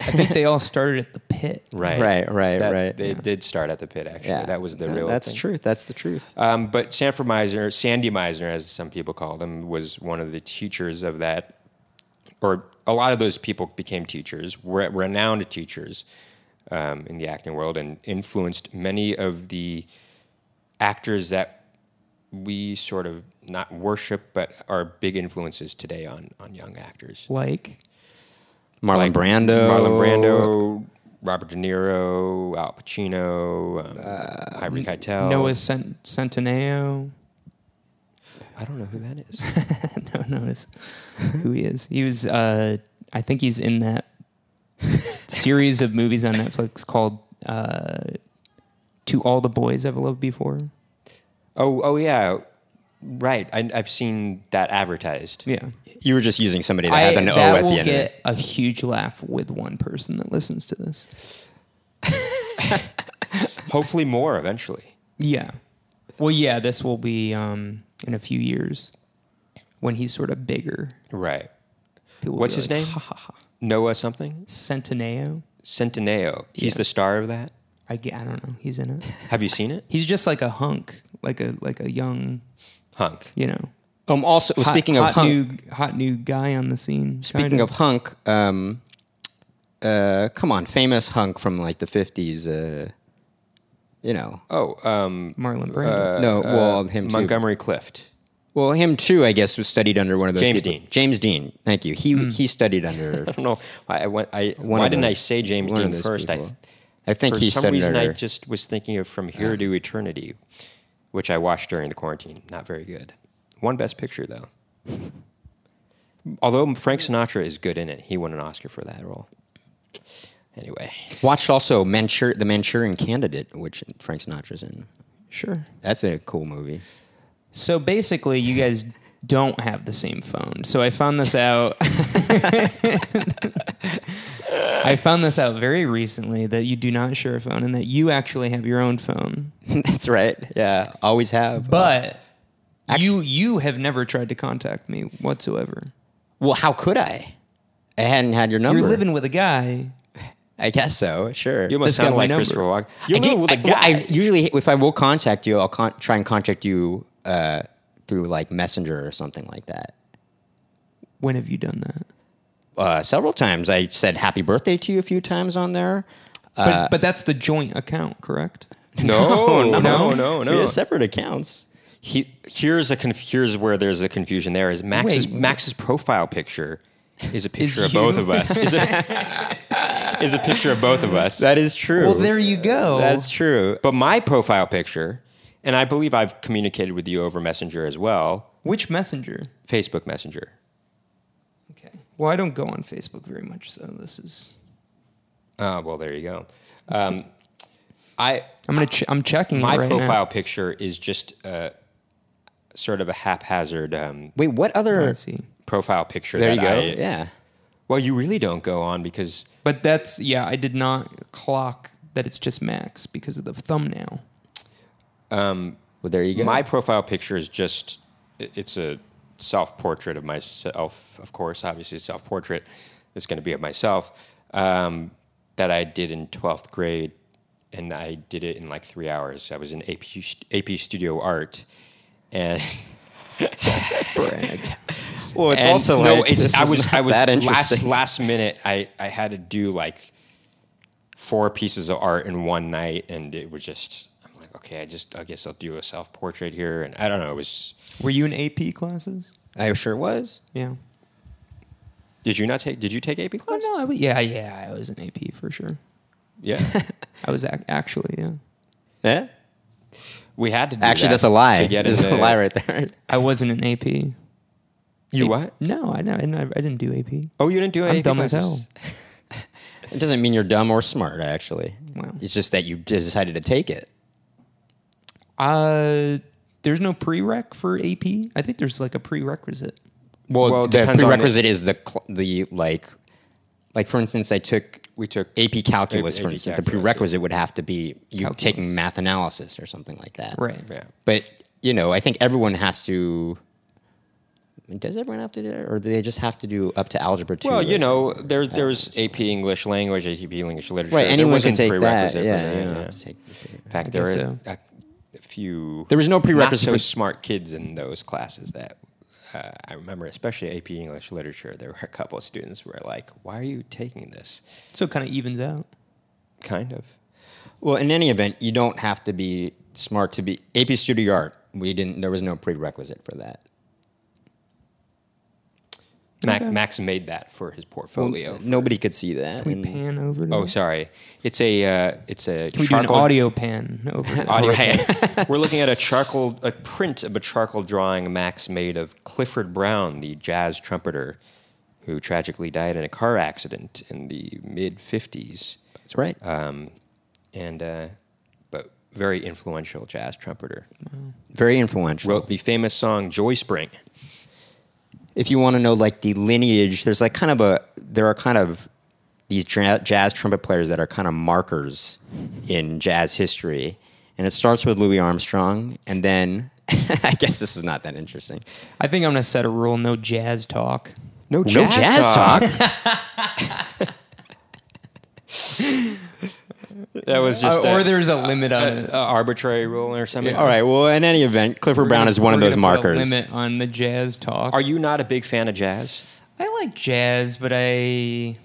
S1: I think they all started at the pit
S3: (laughs) Right.
S2: Right, right,
S3: That-
S2: right.
S3: They did start at the pit. Actually,
S2: Yeah,
S3: that was the
S2: Uh,
S3: real.
S2: That's
S3: thing.
S2: truth. That's the truth.
S3: Um, but Sanford Meisner, Sandy Meisner, as some people called him, was one of the teachers of that. Or a lot of those people became teachers, were renowned teachers um, in the acting world, and influenced many of the actors that we sort of not worship, but are big influences today on on young actors.
S1: (laughs) like
S2: Marlon
S3: Like
S2: Brando.
S3: Marlon Brando, Robert De Niro, Al Pacino, um, Harvey Keitel.
S1: Noah Cent- Centineo
S3: I don't know who that is.
S1: (laughs) no notice who he is. He was, uh, I think he's in that series of movies on Netflix called uh, "To All the Boys I've Loved Before."
S3: Oh, oh yeah, right. I, I've seen that advertised.
S1: Yeah,
S2: You were just using somebody that
S1: I,
S2: had an O
S1: that
S2: at the
S1: will
S2: end. of
S1: get
S2: it.
S1: a huge laugh with one person that listens to this.
S3: Hopefully, more eventually.
S1: Yeah, well, yeah, this will be um, in a few years when he's sort of bigger.
S3: Right.
S1: People will
S3: What's
S1: be
S3: his
S1: like,
S3: name? Noah something.
S1: Centineo.
S3: Centineo. He's
S1: Yeah.
S3: the star of that.
S1: I, ge- I don't know. He's in it.
S3: Have you seen it?
S1: He's just like a hunk, like a like a young,
S3: Hunk.
S1: you know,
S2: Um, also,
S1: Hot-
S2: speaking
S1: hot
S2: of hunk,
S1: new, hot new guy on the scene.
S2: speaking
S1: kinda.
S2: of hunk, um, uh, come on, famous hunk from like the fifties. Uh, you know,
S3: Oh, um, uh,
S1: Marlon Brando.
S2: no, well, him too.
S3: Montgomery Clift.
S2: Well, him too, I guess, was studied under one of those
S3: James
S2: people.
S3: Dean.
S2: James Dean, thank you.
S1: Hmm.
S2: He he studied under.
S3: I don't know. I, I went. I
S2: One
S3: why
S2: of
S3: didn't I
S2: those-
S3: say (laughs) James
S2: one of
S3: Dean
S2: those
S3: first?
S2: people.
S3: I
S2: I think
S3: for
S2: he
S3: some
S2: studied
S3: reason
S2: under.
S3: I just was thinking of From Here to Eternity, which I watched during the quarantine. Not very good. One Best Picture though. Although Frank Sinatra is good in it, he won an Oscar for that role. Anyway,
S2: watched also Manchur- the Manchurian Candidate, which Frank Sinatra's in.
S1: sure.
S2: That's a cool movie. (laughs)
S1: So basically, you guys don't have the same phone. So I found this out. (laughs) I found this out very recently that you do not share a phone and that you actually have your own phone.
S2: That's right. Yeah, always have.
S1: But you you have never tried to contact me whatsoever.
S2: well, how could I? I hadn't had your number.
S1: You're living with a guy.
S2: I guess so. Sure.
S3: you almost
S1: This got
S3: sound
S1: my
S3: like
S1: number.
S3: Christopher Walken.
S2: I
S3: You
S2: do-
S3: know, with
S2: I-
S3: a
S2: well,
S3: guy.
S2: I usually, if I will contact you, I'll con- try and contact you uh, through like Messenger or something like that.
S1: When have you done that?
S2: Uh, several times, I said happy birthday to you a few times on there.
S1: But,
S2: Uh,
S1: but that's the joint account, correct?
S3: no, no,
S1: no.
S3: no, Oh,
S2: (laughs)
S3: no,
S2: We have separate accounts.
S3: He, here's a conf- here's where there's a confusion. There is Max's
S1: Wait.
S3: Max's profile picture is a picture of
S1: you?
S3: both of us. Is a, (laughs) is a picture of both of us.
S2: That is true.
S1: Well, there you go.
S2: That's true.
S3: But my profile picture, and I believe I've communicated with you over Messenger as well,
S1: Which messenger?
S3: Facebook Messenger.
S1: Okay. Well, I don't go on Facebook very much, so this is.
S3: Uh, well, there you go. Um, I
S1: I'm gonna. Ch- I'm checking it
S3: my
S1: right now.
S3: profile picture is just uh, sort of a haphazard um,
S2: Wait, what other?
S1: I see.
S3: profile picture.
S2: there you
S3: that
S2: go.
S3: I-
S2: yeah.
S3: Well, you really don't go on because
S1: But that's yeah. I did not clock that it's just Max because of the thumbnail.
S2: Well, there you go.
S3: My profile picture is just i- it's a self portrait of myself, of course, obviously self portrait. It's going to be of myself um, that I did in 12th grade, and I did it in like three hours. I was in AP, st- AP Studio Art, and
S1: (laughs)
S2: well, (laughs) it's
S3: and
S2: also
S3: no,
S2: like
S3: it's, I was I was
S2: that
S3: last
S2: interesting.
S3: last minute. I I had to do like four pieces of art in one night, and it was just. I'm like, Okay, I just I guess I'll do a self portrait here, and I don't know. It was
S1: Were you in AP classes?
S2: I sure was.
S1: Yeah.
S3: Did you not take? Did you take AP
S1: Oh
S3: classes?
S1: no. I was, yeah, yeah. I was in AP for sure. (laughs)
S3: Yeah,
S1: I was ac- actually yeah.
S2: Yeah.
S3: we had to. Do
S2: Actually,
S3: that
S2: that's a lie.
S3: To get
S2: that's a
S3: into-
S2: lie right there.
S1: I wasn't in AP.
S3: You what?
S1: No, I know. I didn't, I didn't do AP.
S3: Oh, you didn't do
S1: I'm
S3: AP
S1: dumb as
S3: classes.
S1: hell.
S2: It doesn't mean you're dumb or smart. Actually,
S1: Wow.
S2: it's just that you decided to take it.
S1: Uh, there's no prereq for AP. I think there's like a prerequisite.
S2: Well,
S3: Well, it
S2: the
S3: depends on
S2: prerequisite is the cl- the like, like for instance, I took
S3: We took
S2: AP Calculus.
S3: A-
S2: for
S3: AP
S2: instance, the
S3: Calculus,
S2: prerequisite would have to be you
S1: Calculus.
S2: taking math analysis or something like that.
S1: Right.
S3: Yeah.
S2: But you know, I think everyone has to. Does everyone have to do it, or do they just have to do up to algebra two?
S3: Well,
S2: or-
S3: you know, there there's AP English language, AP English literature.
S2: right?
S3: There
S2: Anyone can
S3: wasn't
S2: take that.
S3: prerequisite for
S2: Yeah, you
S3: that,
S2: know,
S3: yeah.
S2: take-
S3: In fact, there
S1: guess
S3: is
S1: so.
S3: a, a few.
S2: There was no prerequisite
S3: Not so
S2: for-
S3: smart kids in those classes that. Uh, I remember, especially AP English Literature, there were a couple of students who were like, "Why are you taking this?"
S1: So it kind of evens out.
S3: Kind of.
S2: Well, in any event, you don't have to be smart to be AP Studio Art. We didn't. There was no prerequisite for that.
S3: Mac, Max made that for his portfolio. for-
S2: Nobody could see that.
S1: We
S2: and-
S1: pan over. To
S3: Oh,
S1: that?
S3: sorry. It's a uh, it's a
S1: Can we do an
S3: charcoal-
S1: audio pan
S2: (laughs)
S1: over? that?
S3: audio print. We're looking at a charcoal a print of a charcoal drawing Max made of Clifford Brown, the jazz trumpeter who tragically died in a car accident in the mid 50s.
S2: That's right. Uh,
S3: Um, and uh, but very influential jazz trumpeter.
S2: Very influential.
S3: Wrote the famous song Joy Spring.
S2: if you want to know like the lineage, there's like kind of a there are kind of these dra- jazz trumpet players that are kind of markers in jazz history, and it starts with Louis Armstrong, and then (laughs) I guess this is not that interesting.
S1: I think I'm gonna set a rule: no jazz talk.
S2: No
S3: jazz talk. That was
S2: Uh,
S3: just
S1: Uh, or
S3: a-
S1: there's a limit on
S3: a arbitrary rule or
S2: (laughs)
S3: something.
S2: All right. Well, in any event, Clifford Brown is one of those markers.
S1: limit on the jazz talk.
S3: Are you not a big fan of jazz?
S1: I like jazz, but I it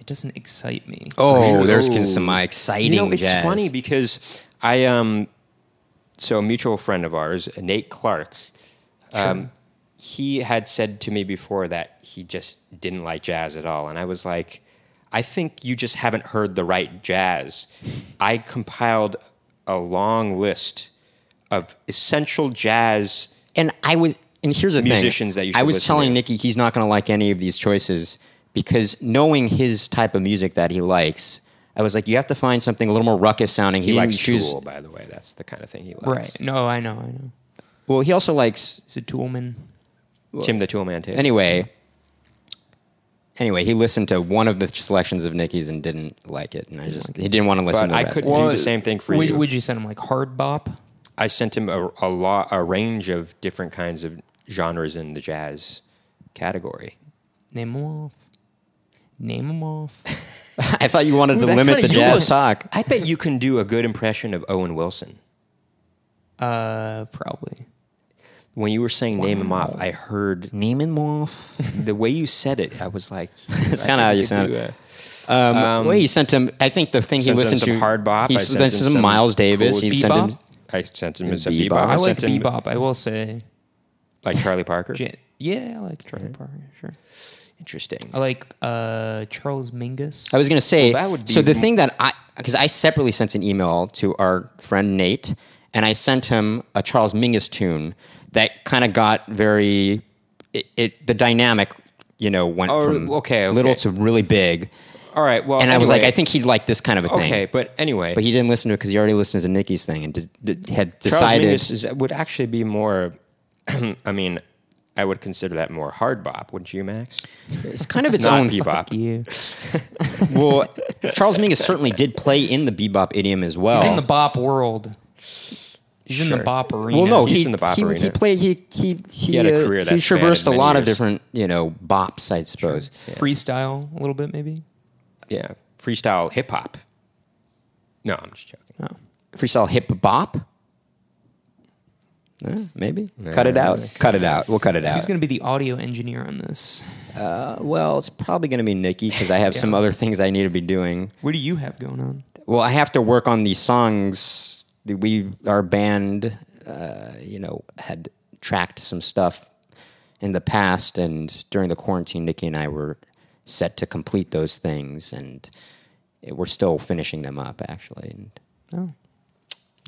S1: it doesn't excite me.
S2: Oh, there's
S3: Oh.
S2: some uh, exciting
S3: You know, it's
S2: jazz.
S3: funny because I um, so a mutual friend of ours, Nate Clark, um, he had said to me before that he just didn't like jazz at all, and I was like, I think you just haven't heard the right jazz. I compiled a long list of essential jazz.
S2: and I was, and here's the
S3: Musicians
S2: thing.
S3: that you
S2: I
S3: should
S2: was
S3: listen
S2: telling
S3: to.
S2: Nikki he's not going to like any of these choices because knowing his type of music that he likes, I was like, you have to find something a little more ruckus sounding. He,
S3: He
S2: didn't
S3: likes
S2: choose.
S3: Tool, by the way. That's the kind of thing he likes.
S1: Right. No, I know, I know.
S2: Well, he also likes
S1: He's a toolman.
S3: Tim the Toolman Taylor.
S2: anyway. Anyway, he listened to one of the selections of Nikki's and didn't like it, and I just he didn't want to listen.
S3: But
S2: to the
S3: I
S2: rest.
S3: could do the same thing for
S1: would,
S3: you.
S1: Would you send him like hard bop?
S3: I sent him a, a lot, a range of different kinds of genres in the jazz category.
S1: Name him off. Name him off.
S2: (laughs) I thought you wanted to limit the jazz talk.
S3: I bet you can do a good impression of Owen Wilson.
S1: Uh, probably.
S3: When you were saying "name him off," I heard
S2: Name him off.
S3: the way you said it. I
S2: (laughs)
S3: was like,
S2: That's kind of how you sound. Um, well, he sent him. I think the thing he
S3: sent him
S2: listened
S3: some
S2: to
S3: hard bop.
S2: He
S3: I
S2: sent,
S3: sent him
S2: some,
S3: some
S2: Miles Davis.
S3: cool
S2: he sent him.
S1: bebop.
S3: I sent him some
S2: Bebop.
S3: bebop.
S2: I
S1: I, like
S3: sent him-
S1: bebop. I will say.
S3: like Charlie Parker.
S1: Ja- Yeah, I like Charlie Parker. Sure.
S3: Interesting.
S1: I like uh, Charles Mingus.
S2: I was going to say.
S3: Well, that would be
S2: so the
S3: m-
S2: thing that I, because I separately sent an email to our friend Nate, and I sent him a Charles Mingus tune that kind of got very, it, it the dynamic, you know, went
S3: Oh,
S2: from
S3: okay, okay.
S2: little to really big,
S3: All right. Well,
S2: and I was like,
S3: anyway-
S2: I think he'd like this kind of a thing.
S3: okay, but anyway,
S2: But he didn't listen to it because he already listened to Nikki's thing and did, did- had
S3: Charles
S2: decided.
S3: Mingus is, uh, would actually be more. (clears throat) I mean, I would consider that more hard bop, wouldn't you, Max?
S2: it's kind of its
S3: Not
S2: own
S3: bebop.
S1: Fuck you.
S2: Well, Charles Mingus certainly did play in the bebop idiom as well.
S3: (laughs)
S1: He's in the bop world. He's in the
S3: Sure.
S1: bop arena.
S2: well, no,
S3: he's
S2: he,
S3: in the bop
S2: he,
S3: arena.
S2: he played he he he, uh,
S3: had a career that
S2: he traversed a
S3: spanned many
S2: lot of
S3: years.
S2: different you know bops, I suppose.
S1: freestyle a little bit maybe.
S3: Yeah, freestyle Oh, hip hop. No, I'm just joking.
S1: No.
S2: Freestyle hip bop. Eh, maybe cut it out. Cut it out. We'll cut it out.
S1: Who's going to be the audio engineer on this?
S2: Uh, well, it's probably going to be Nikki because I have some other things I need to be doing.
S1: What do you have going on?
S2: Well, I have to work on these songs. that We our band, uh, you know, had tracked some stuff in the past, and during the quarantine, Nikki and I were set to complete those things, and it, we're still finishing them up actually. And
S1: Oh.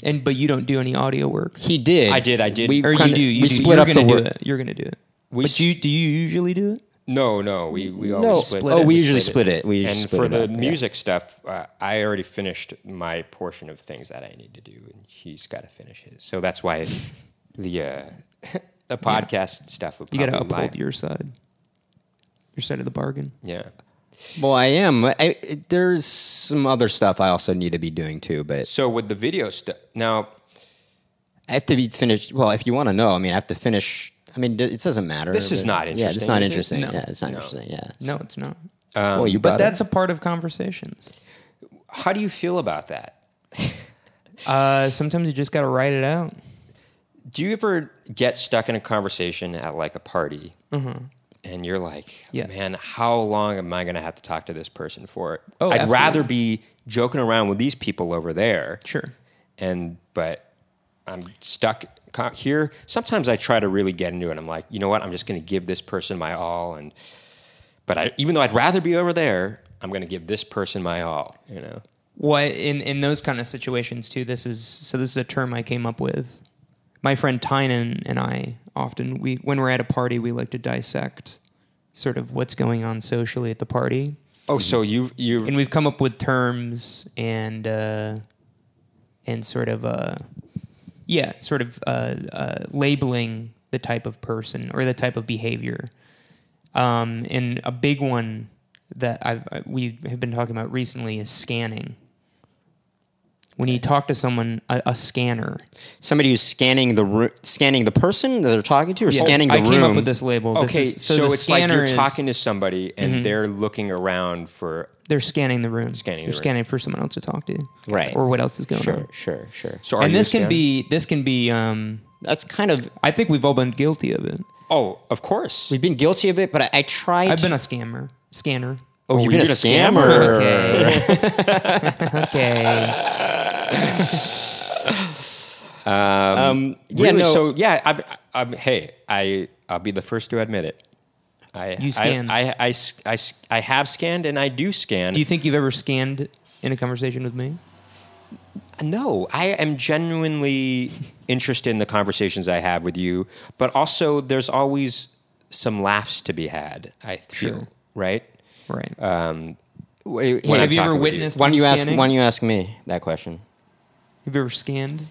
S1: And but you don't do any audio work.
S2: he did.
S3: I did, I did.
S2: We
S1: Or you
S2: kinda-
S1: do. You
S2: we
S1: do.
S2: split
S1: You're
S2: up the
S1: gonna do
S2: work.
S1: it. You're going to do it.
S3: We
S1: but
S3: s-
S1: do you, do you usually do it?
S3: No, no, we we always
S2: No,
S3: split.
S2: oh,
S3: it.
S2: we usually split it. We
S3: and
S2: usually split
S3: for
S2: it
S3: the
S2: up, yeah.
S3: music stuff, uh, I already finished my portion of things that I need to do, and he's got to finish his. So
S2: (laughs)
S3: that's why (laughs) the uh, the podcast stuff would
S1: You
S2: Uh,
S1: got to
S3: probably lie-
S1: uphold your side. Your side of the bargain.
S3: yeah.
S2: Well, I am. I, it- there's some other stuff I also need to be doing too, but
S3: So with the video stuff now.
S2: I have to be finished. Well, if you want to know, I mean, I have to finish. I mean, it doesn't matter.
S3: This is
S2: but-
S3: not
S2: Yeah, it's
S3: interesting,
S2: not
S3: is it?
S2: interesting.
S1: No.
S2: Yeah, it's not interesting. Yeah.
S1: No, it's not.
S2: well, you
S1: But
S2: brought it.
S1: that's a part of conversations.
S3: How do you feel about that?
S1: Uh, sometimes you just got to write it out.
S3: Do you ever get stuck in a conversation at like a party
S2: Mm-hmm.
S3: and you're like,
S1: Yes.
S3: man, how long am I going to have to talk to this person for?
S1: Oh,
S3: I'd
S1: absolutely.
S3: rather be joking around with these people over there.
S1: Sure.
S3: And, but I'm stuck co- here. Sometimes I try to really get into it. I'm like, you know what? I'm just going to give this person my all. And, but I, even though I'd rather be over there, I'm going to give this person my all, you know?
S1: what in in those kind of situations too this is so this is a term i came up with my friend tynan and i often we when we're at a party we like to dissect sort of what's going on socially at the party
S3: Oh, so you've, you've,
S1: and we've come up with terms and uh and sort of uh yeah sort of uh, uh labeling the type of person or the type of behavior um and a big one that i've I- we have been talking about recently is scanning when you talk to someone a, a scanner
S2: Somebody who's scanning the ru- scanning the person that they're talking to, or scanning the
S1: i
S2: room.
S1: came up with this label This
S3: Okay,
S1: is-
S3: so,
S1: the
S3: it's like you're
S1: scanner is- Mm-hmm.
S3: talking to somebody and they're looking around for.
S1: they're scanning the room
S3: Scanning the
S1: they're
S3: room.
S1: scanning for someone else to talk to
S2: Right.
S1: or what else is going
S2: Sure,
S1: on
S2: sure, sure.
S3: So are
S1: and
S3: you a
S1: this can
S3: scanner?
S1: be this can be um
S2: That's kind of
S1: I think we've all been guilty of it.
S3: Oh, of course.
S2: we've been guilty of it, but I, I try.
S1: I've
S2: to-
S1: been a scammer, scanner.
S2: Oh, you've
S3: you've
S2: been a
S3: been a scammer.
S2: scammer.
S1: Okay. (laughs) okay.
S2: Um, yeah,
S3: really,
S2: no,
S3: so yeah, I, I, I'm, hey, I I'll be the first to admit it. I
S1: You scan.
S3: I, I, I, s- I s- I have scanned and I do scan.
S1: Do you think you've ever scanned in a conversation with me?
S3: no, I am genuinely interested in the conversations I have with you, but also there's always some laughs to be had. I feel
S1: Sure.
S3: right.
S1: Right.
S3: Um,
S2: wait,
S3: when
S2: hey,
S1: have
S3: I'm
S1: you ever
S3: talking with
S1: witnessed-
S2: why don't you ask?
S1: Scanning?
S2: Why don't you ask me that question?
S1: Have you ever scanned?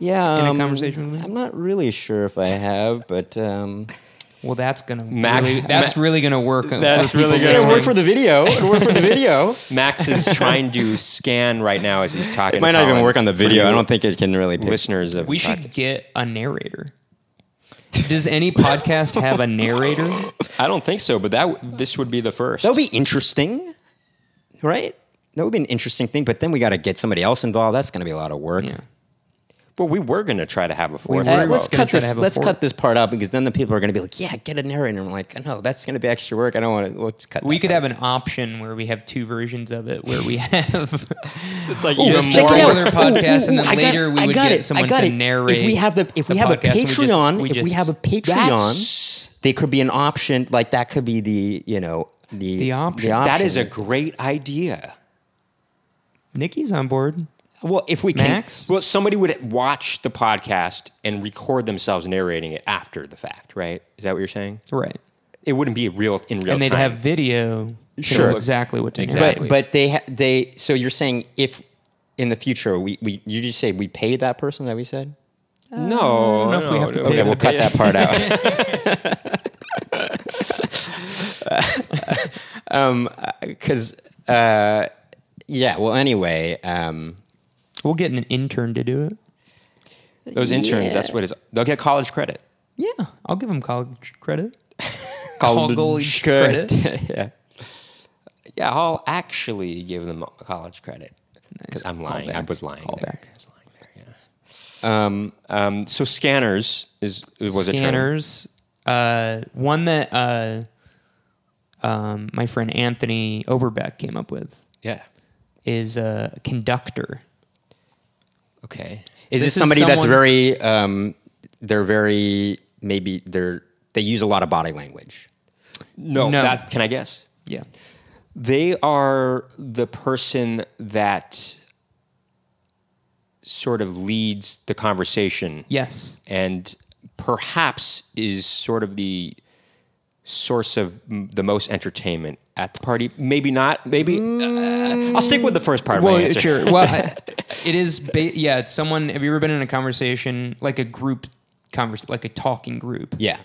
S2: Yeah,
S1: In a
S2: um,
S1: conversation with me?
S2: I'm not really sure if I have, but um,
S1: Well, that's gonna
S3: Max-
S1: really- that's
S3: Ma-
S1: really gonna work. on-
S2: (laughs)
S3: That's
S1: for people
S3: really gonna
S2: it
S1: listening.
S2: worked for the video. It worked for
S1: (laughs)
S2: the video.
S3: Max
S2: (laughs)
S3: is trying to scan right now as he's talking.
S2: It might not even
S3: Colin.
S2: work on the
S3: For
S2: video. I
S3: you
S2: don't think it can really. Pick.
S3: listeners of
S1: We
S3: the
S1: should
S3: podcast.
S1: get a narrator. Does any podcast have a narrator?
S3: I don't think so, but that w- this would be the first.
S2: That would be interesting, right? That would be an interesting thing. But then we got to get somebody else involved. That's going to be a lot of work.
S1: Yeah.
S3: Well, we were going to try to have a fourth.
S1: were.
S2: Uh,
S1: Well,
S2: let's
S1: it's gonna
S2: cut
S1: try to
S2: this.
S1: have a
S2: Let's
S1: fourth.
S2: cut this part out because then the people are going to be like, "Yeah, get a narrator." And I'm like, "No, that's going to be extra work. I don't want to." Let's cut.
S1: We
S2: that
S1: could
S2: part.
S1: have an option where we have two versions of it, where we
S3: (laughs)
S1: have
S3: It's like
S1: even
S2: Let's
S1: more other podcasts, and then
S2: I got-
S1: later we
S2: I
S1: would
S2: got
S1: get
S2: it.
S1: someone
S2: I got
S1: to
S2: it.
S1: narrate
S2: If we have the, if we
S1: the
S2: have a
S1: podcast, and we just-
S2: Patreon,
S1: we
S2: if we
S1: just-
S2: have a Patreon,
S3: That's-
S2: they could be an option. Like that could be the you know the
S1: The option.
S3: That is a great idea.
S1: Nikki's on board.
S2: well. If we can,
S1: Max?
S3: Well, somebody would watch the podcast and record themselves narrating it after the fact, right? Is that what you're saying?
S1: Right.
S3: It wouldn't be real in real
S1: And they'd
S3: time.
S1: have video to
S2: Sure.
S1: know exactly what to narrate.
S2: but
S3: Exactly.
S2: but they ha- they. So you're saying if in the future we, we you just say we pay that person that we said.
S3: no,
S1: I don't know if we have to pay
S3: no,
S2: Okay,
S1: Yeah,
S2: we'll
S1: the
S2: cut that part out.
S3: (laughs)
S2: (laughs) Because, Um, uh, yeah, well, anyway, um,
S1: We'll get an intern to do it.
S3: Those interns,
S2: Yeah.
S3: that's what it's. They'll get college credit.
S1: Yeah, I'll give them college credit.
S2: called (laughs)
S1: College
S2: good. yeah.
S3: Yeah, I'll actually give them college credit because I'm lying. I was lying. there.
S1: back.
S3: I was lying there. Yeah. Um, um, so scanners is was a term.
S1: Scanners. Uh, one that uh, um, my friend Anthony Oberbeck came up with
S3: Yeah.
S1: is a conductor.
S3: Okay.
S1: This
S2: Is this,
S1: is
S2: somebody that's
S1: someone-
S2: very, um, they're very, maybe they're, they use a lot of body language.
S3: No,
S1: No.
S3: That, can I guess?
S1: Yeah.
S3: They are the person that sort of leads the conversation
S1: Yes.
S3: and perhaps is sort of the source of m- the most entertainment at the party. Maybe not. Maybe uh, I'll stick with the first part of
S1: Well,
S3: my answer.
S1: sure. Well,
S3: (laughs)
S1: I, it is. Ba- yeah, it's someone. Have you ever been in a conversation like a group convers, like a talking group?
S2: Yeah.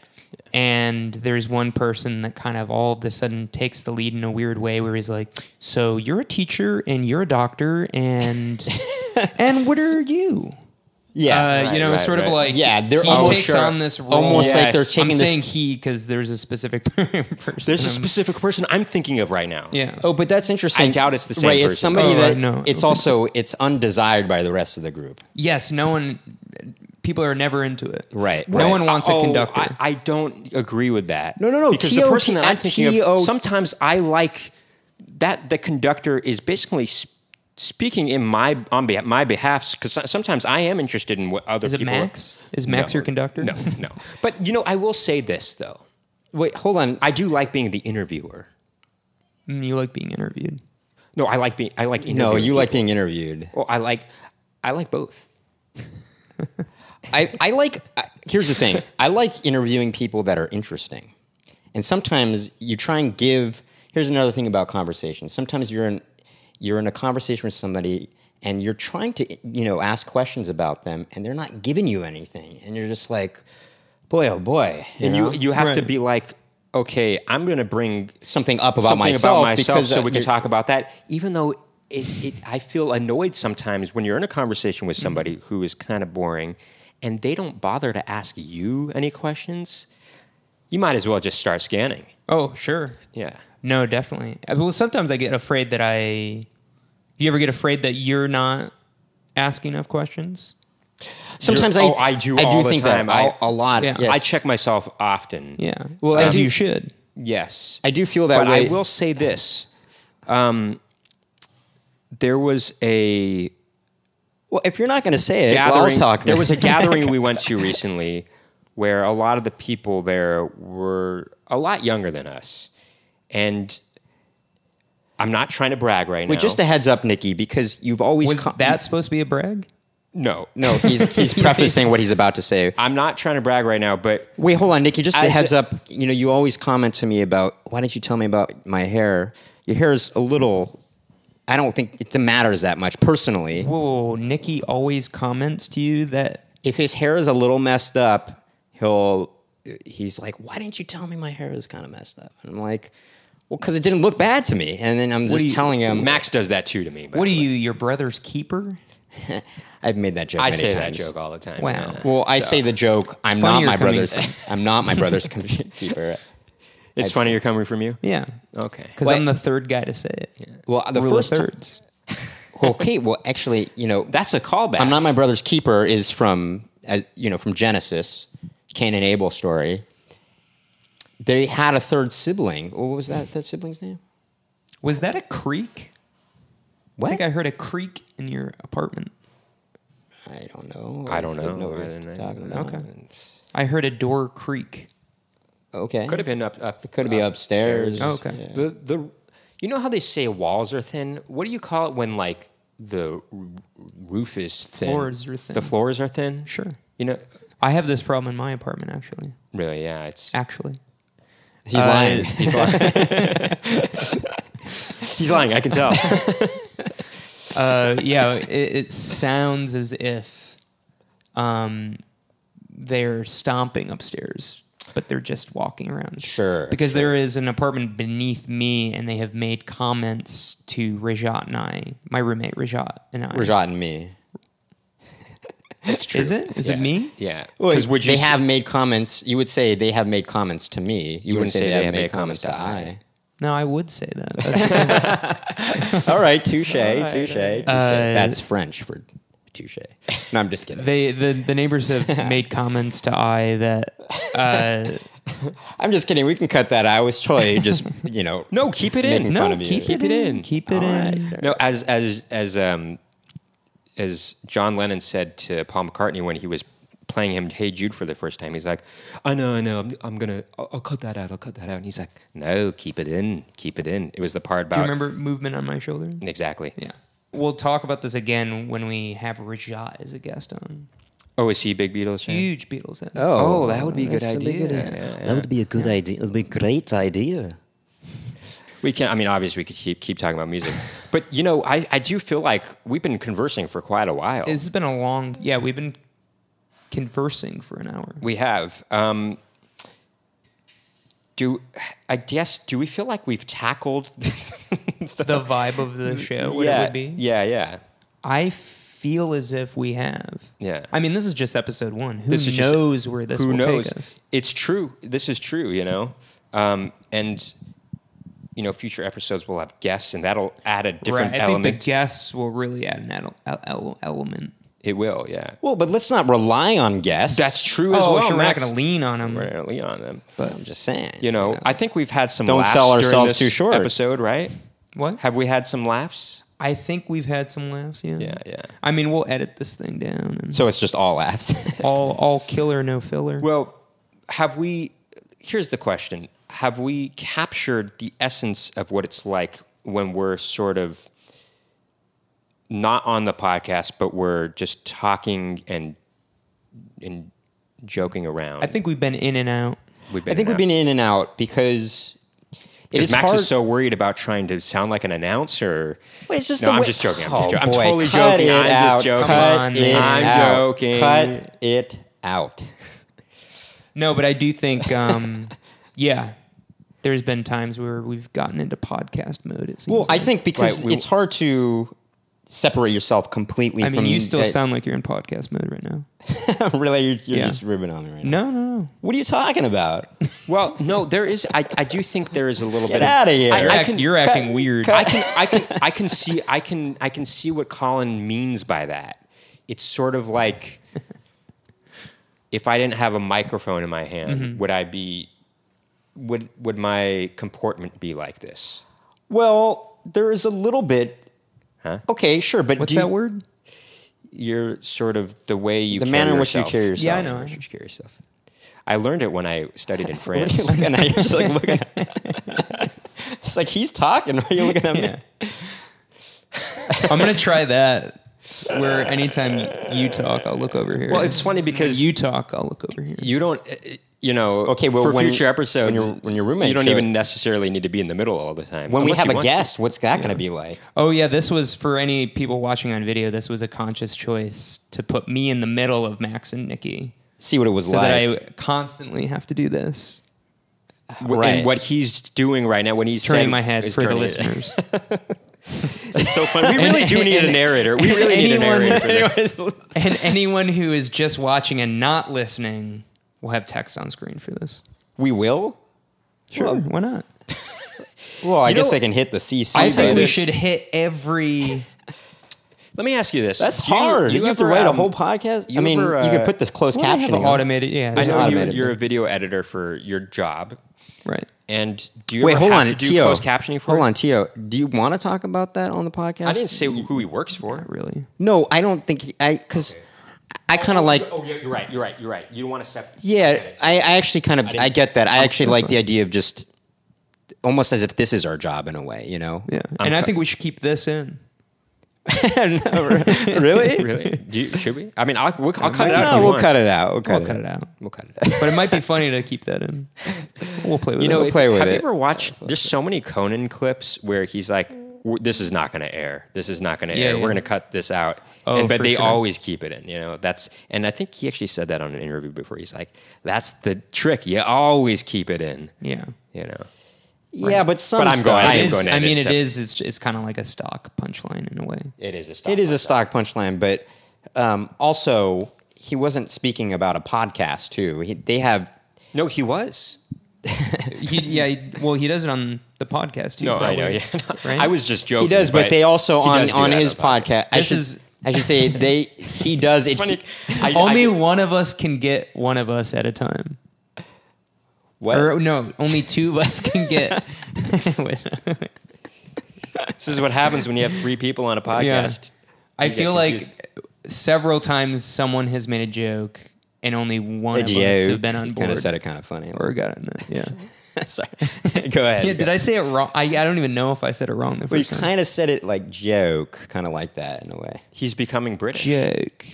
S1: And there's one person that kind of all of a sudden takes the lead in a weird way, where he's like, "So you're a teacher and you're a doctor
S2: (laughs)
S1: and and what are you?"
S2: Yeah.
S1: uh, you know,
S3: right,
S1: sort of
S3: right.
S1: like
S2: yeah, they're
S1: he
S2: almost
S1: takes
S2: sure-
S1: on this role.
S2: almost like
S3: Yes.
S2: they're
S1: I'm
S2: taking this.
S1: saying he because there's a specific (laughs) person.
S3: There's a
S1: I'm-
S3: specific person I'm thinking of right now.
S1: yeah.
S2: Oh, but that's interesting.
S3: I doubt it's the same
S2: Right,
S3: person.
S2: it's somebody
S1: Oh,
S2: that
S1: I know.
S2: it's
S1: Okay.
S2: also it's undesired by the rest of the group.
S1: Yes, no one. People are never into it.
S2: Right,
S1: No
S2: right.
S1: one wants
S3: Oh,
S1: a conductor.
S3: I, I don't agree with that.
S2: No, no, no.
S3: Because
S2: TOT
S3: the person that I'm thinking of-
S2: TOT
S3: sometimes I like that the conductor is basically sp- speaking in my on beh- my behalf because sometimes I am interested in what other
S1: Is it
S3: people.
S1: Max? Is Max
S3: No,
S1: your conductor?
S3: (laughs) No, no. But you know, I will say this though.
S2: Wait, hold on.
S3: I do like being the interviewer.
S1: Mm, you like being interviewed.
S3: No, I like being. I like interviewing.
S2: No, you like
S3: people.
S2: being interviewed.
S3: Well, I like. I like both.
S2: I, I like, I, here's the thing I like interviewing people that are interesting. And sometimes you try and give, here's another thing about conversation. Sometimes you're in, you're in a conversation with somebody and you're trying to, you know, ask questions about them and they're not giving you anything. And you're just like, boy, oh boy. You
S3: And
S2: know?
S3: you you have to
S1: Right.
S3: be like, okay, I'm going to bring
S2: something up about
S3: something
S2: myself.
S3: about myself
S2: because
S3: so
S2: uh,
S3: we can
S2: you're-
S3: talk about that. Even though it, it, I feel annoyed sometimes when you're in a conversation with somebody who is kind of boring and they don't bother to ask you any questions, you might as well just start scanning.
S1: Oh, sure.
S3: Yeah.
S1: No, definitely. Uh, Well, sometimes I get afraid that I. You ever get afraid that you're not asking enough questions?
S2: Sometimes I,
S3: You're- oh, I do all the
S2: think
S3: time.
S2: that
S3: I-
S2: a lot.
S1: Yeah.
S2: yes.
S3: I check myself often.
S1: Yeah.
S2: Well, I
S1: as
S2: do-
S1: you should.
S3: Yes.
S2: I do feel that
S3: but
S2: way.
S3: I will say this. um, There was a
S2: Well, if you're not going to say it, well, I'll
S3: gathering.
S2: talk.
S3: there was a
S2: (laughs)
S3: gathering we went to recently where a lot of the people there were a lot younger than us, and I'm not trying to brag right
S2: Wait,
S3: now.
S2: just a heads up, Nikki, because you've always
S1: Was
S2: co-
S1: that supposed to be a brag?
S3: no,
S2: No, he's
S3: (laughs)
S2: he's prefacing what he's about to say.
S3: I'm not trying to brag right now, but
S2: Wait, hold on, Nikki. Just a
S3: As
S2: heads
S3: a-
S2: up. You know, you always comment to me about why don't you tell me about my hair? Your hair is a little. I don't think it matters that much personally.
S1: Whoa, Nikki always comments to you that
S2: If his hair is a little messed up, he'll he's like, why didn't you tell me my hair is kind of messed up? And I'm like, well, because it didn't look bad to me. And then I'm just
S1: do you-
S2: telling him,
S3: Max does that too to me. by
S1: what are
S3: the way.
S1: you, your brother's keeper?
S2: I've made that joke.
S3: I
S2: many
S3: say
S2: times.
S3: that joke all the time.
S1: Wow.
S3: yeah.
S2: Well, I say the joke. I'm not
S1: funnier
S2: my
S1: coming-
S2: brother's.
S3: (laughs)
S2: I'm not my brother's keeper.
S3: It's funny you're coming from you.
S1: Yeah.
S3: Okay.
S1: Because
S2: Wait.
S1: I'm the third guy to say it.
S2: Well, the
S1: Rule of
S2: first ti-
S1: thirds.
S2: (laughs) okay. Well, actually, you know,
S3: That's a callback.
S2: I'm not my brother's keeper is from as you know from Genesis, Cain and Abel story. They had a third sibling. What was that that sibling's name?
S1: Was that a creek? I
S2: What?
S1: think
S2: I,
S1: I heard a creak in your apartment.
S2: don't know.
S3: I don't know.
S2: didn't what
S3: I
S2: you're
S3: didn't know.
S2: talking about.
S1: Okay. I heard a door creak.
S2: Okay.
S3: Could have been up. up
S2: Could be upstairs.
S1: Oh, okay.
S2: Yeah.
S3: The the you know how they say walls are thin. What do you call it when like the r- roof is thin?
S1: Floors are thin.
S3: The floors are thin.
S1: Sure.
S3: You know,
S1: I have this problem in my apartment, actually.
S3: really? Yeah. It's
S1: Actually.
S2: He's
S3: Uh,
S2: lying.
S3: (laughs) he's lying.
S1: (laughs)
S3: he's lying. I can tell.
S1: uh, yeah, it, it sounds as if um, they're stomping upstairs, but they're just walking around.
S2: Sure,
S1: Because there is an apartment beneath me, and they have made comments to Rajat and I, my roommate Rajat and I.
S2: Rajat and me.
S3: It's true.
S1: Is it? Is
S3: Yeah.
S1: it me?
S3: Yeah.
S2: Because would
S3: you
S2: they
S3: s-
S2: have made comments? You would say they have made comments to me. You, wouldn't say, they have made comments to I.
S1: No, I would say that. Uh, That's-
S2: (laughs) All right, touche, touche, touche.
S1: Uh,
S2: That's French for touche. No, I'm just (laughs) kidding.
S1: they the, the neighbors have made comments to I that uh,
S2: I'm just kidding. We can cut that. out. I was totally (laughs) just, you know,
S3: No, keep it
S2: making
S3: in.
S1: (laughs)
S2: fun
S1: no,
S2: of you.
S1: keep, it
S3: Keep it
S1: in,
S3: in.
S1: keep it in.
S3: No, as as as um as John Lennon said to Paul McCartney when he was playing him Hey Jude for the first time, he's like, I know, I know, I'm, I'm gonna, I'll, I'll cut that out, I'll cut that out, and he's like, No, keep it in, keep it in. It was the part about
S1: Do you remember movement on my shoulder?
S3: exactly.
S1: Yeah. We'll talk about this again when we have Rajat as a guest on.
S3: Oh, is he a big Beatles fan?
S1: Huge Beatles fan.
S2: Oh,
S3: Oh, that would be a good
S2: that's
S3: idea.
S2: That would be a good idea. It would be a great idea.
S3: We can. I mean, obviously, we could keep keep talking about music, but you know, I I do feel like we've been conversing for quite a while.
S1: It's been a long yeah, we've been conversing for an hour.
S3: We have. Um, do I guess? Do we feel like we've tackled? (laughs)
S1: The vibe of the show, what
S3: yeah,
S1: it would be.
S3: yeah, yeah.
S1: I feel as if we have.
S3: Yeah.
S1: I mean, this is just episode one. Who
S3: This is just-
S1: knows where this
S3: Who
S1: will
S3: knows?
S1: take us?
S3: It's true. This is true. You know, um, and you know, future episodes will have guests, and that'll add a different
S1: right. I
S3: element.
S1: think the guests will really add an el- el- el- element.
S3: it will. Yeah,
S2: Well, but let's not rely on guests.
S3: that's true as
S1: oh,
S3: well.
S1: sure, we're not
S3: Max.
S1: going to lean on them.
S3: We're not gonna lean on them.
S2: But I'm just saying.
S3: You know, I think we've had some.
S2: Don't
S3: laughs
S2: sell
S3: during
S2: ourselves
S3: this
S2: too short.
S3: Episode, right?
S1: What?
S3: Have we had some laughs?
S1: I think we've had some laughs. Yeah.
S3: Yeah, yeah.
S1: I mean, we'll edit this thing down
S3: (laughs)
S1: and
S2: So it's just all laughs. (laughs)
S1: all all killer, no filler.
S3: Well, have we? Here's the question: Have we captured the essence of what it's like when we're sort of not on the podcast, but we're just talking and and joking around?
S1: I think we've been in and out.
S3: we've been.
S2: I think we've been in and out because it
S3: Because
S2: is
S3: Max
S2: hard.
S3: is so worried about trying to sound like an announcer.
S2: Wait, it's just
S3: no,
S2: the
S3: I'm
S2: way-
S3: just joking. I'm just
S2: Oh,
S3: joking. I'm
S2: boy,
S3: totally
S2: cut
S3: joking.
S2: it
S3: I'm
S2: out.
S3: just joking.
S2: Cut
S1: on,
S2: it
S1: man.
S3: I'm
S2: out.
S3: joking.
S2: Cut it out.
S1: No, but I do think, um, yeah, there's been times where we've gotten into podcast mode. It seems.
S2: Well, I
S1: like.
S2: think because
S3: Right, we-
S2: it's hard to separate yourself completely
S1: I
S2: from
S1: mean, you still
S2: uh,
S1: sound like you're in podcast mode right now.
S2: (laughs) really you're, you're
S1: Yeah.
S2: just ribbing on me right now.
S1: No, no, no.
S2: What are you talking about?
S3: Well, no, there is. I, I do think there is a little
S2: Get
S3: bit.
S2: outta
S3: of,
S2: here.
S3: I,
S1: You're,
S3: I
S1: act-
S3: can,
S1: you're acting weird.
S3: I can, I can, I can see, I can, I can see what Colin means by that. It's sort of like if I didn't have a microphone in my hand,
S2: Mm-hmm.
S3: would I be, would would my comportment be like this?
S2: Well, there is a little bit.
S3: Huh?
S2: Okay, sure, but
S1: What's
S2: do
S1: (laughs)
S2: you-
S1: that word?
S3: You're sort of the way you
S2: The
S3: carry
S2: manner in which you
S3: yourself.
S2: carry yourself.
S1: Yeah, I know.
S3: Manner in
S1: (laughs)
S3: which you carry yourself. I learned it when I studied in
S2: (laughs) What are you
S3: France.
S2: looking at? You're just like looking at (laughs) It's like he's talking. Why are you looking at me?
S1: I'm gonna try that. Where anytime you talk, I'll look over here.
S3: Well, it's funny because
S1: you talk, I'll look over here.
S3: you don't uh, you know
S2: Okay, well,
S3: for
S2: when-
S3: future
S2: when
S3: episodes
S2: your- when your roommate
S3: you don't
S2: showed-
S3: even necessarily need to be in the middle all the time
S2: When we
S3: unless
S2: have
S3: you
S2: a
S3: want to.
S2: guest, what's that going to be like?
S1: Oh yeah, this was for any people watching on video. This was a conscious choice to put me in the middle of Max and Nikki,
S2: See what it was
S1: so
S2: like.
S1: that I constantly have to do this,
S3: W-
S2: Right.
S3: and what he's doing right now when he's
S1: turning
S3: saying-
S1: my head
S3: is
S1: for the
S3: turning it-
S1: listeners.
S3: it's so fun (laughs) we really
S1: And-
S3: do need
S1: and-
S3: a narrator we really need a
S1: anyone-
S3: narrator for this. (laughs)
S1: and anyone who is just watching and not listening will have text on screen for this.
S2: we will?
S1: Sure, why not?
S2: Well, I
S3: You
S2: guess
S3: know-
S2: I can hit the CC.
S1: I
S2: button.
S1: think we
S3: this-
S1: should hit every.
S3: let me ask you this
S2: That's
S3: Do you-
S2: hard. You,
S3: you
S2: have
S3: ever,
S2: to write a
S3: um,
S2: whole podcast. I
S3: you
S2: mean,
S3: ever,
S2: you
S3: uh,
S2: could put this closed
S1: Well, they have
S2: captioning. on.
S1: automated. Yeah,
S3: i
S1: there's
S3: know you,
S2: automated
S3: you're
S2: thing.
S3: a video editor for your job
S1: right.
S3: and do you
S2: Wait,
S3: ever
S2: hold
S3: have
S2: on,
S3: to do
S2: Tio.
S3: closed captioning for
S2: hold
S3: it?
S2: on, Tio. Do you want to talk about that on the podcast?
S3: i didn't say who he works for
S1: Really?
S2: No, I don't think he- I because I kind of like.
S3: oh yeah, you're right you're right you're right you don't want to separate
S2: Yeah, I, I actually kind of I,
S3: didn't-
S2: get that. I actually like the idea of just almost as if this is our job in a way, you know? (laughs)
S1: Yeah,
S3: I'm
S1: and I
S3: co-
S1: think we should keep this in.
S2: really?
S3: (laughs) really do you, should we i mean i'll, we'll, I'll cut it out if
S2: No,
S3: you
S2: we'll
S3: want.
S2: cut it out. We'll cut,
S1: I'll cut it out.
S3: we'll cut it out
S1: But it might be funny to keep that
S3: (laughs)
S1: in. We'll play with
S3: You
S1: it.
S3: know,
S2: We'll
S3: if-
S2: play with
S3: have
S2: it.
S3: you ever watched? There's so many Conan clips where he's like, "W- "This is not going to air. This is not going to
S1: Yeah,
S3: air.
S1: yeah.
S3: We're going to cut this out."
S1: Oh,
S3: and, but
S1: for
S3: they
S1: sure.
S3: always keep it in. You know, that's and I think he actually said that on an interview before. He's like, "That's the trick. You always keep it in."
S1: yeah.
S3: You know,
S2: Yeah, but some
S3: But I'm
S2: stuff-
S3: going- I
S1: It
S3: am
S1: is-
S3: going to
S1: I
S3: edit
S1: mean,
S3: it
S1: it
S3: separate.
S1: is. It's it's kind of like a stock punchline in a
S3: (laughs)
S1: way.
S3: it is a stock
S2: It is a
S3: like
S2: stock punchline, but um, also he wasn't speaking about a podcast too. He, they have
S3: that. No, he was.
S1: He, yeah. He, well, he does it on the podcast. Too,
S3: No, I
S1: probably.
S3: (laughs) know. Yeah,
S1: Right?
S3: I was just joking.
S2: he does, but, they also
S3: he
S2: on
S3: does do
S2: on
S3: that
S2: his podcast. I
S1: This
S2: should
S1: is-
S2: I should say they he does it.
S3: (laughs) It's funny.
S1: (laughs)
S3: I,
S1: Only
S3: I,
S1: one of us can get one of us at a time.
S2: What?
S1: Or no, only two of us can (laughs) get. Wait.
S3: this is what happens when you have three people on a podcast.
S1: I
S3: You get
S1: feel like
S3: confused.
S1: several times someone has made a joke and only one of us have been on board.
S2: Kind of said it kind of
S3: (laughs)
S2: funny.
S1: or got it. Yeah.
S2: Sorry. Go ahead.
S1: Yeah, did I say it wrong? I, I don't even know if I said it wrong the
S2: We
S1: first time.
S2: kind of said it like joke, kind of like that in a way.
S3: he's becoming British.
S1: Joke.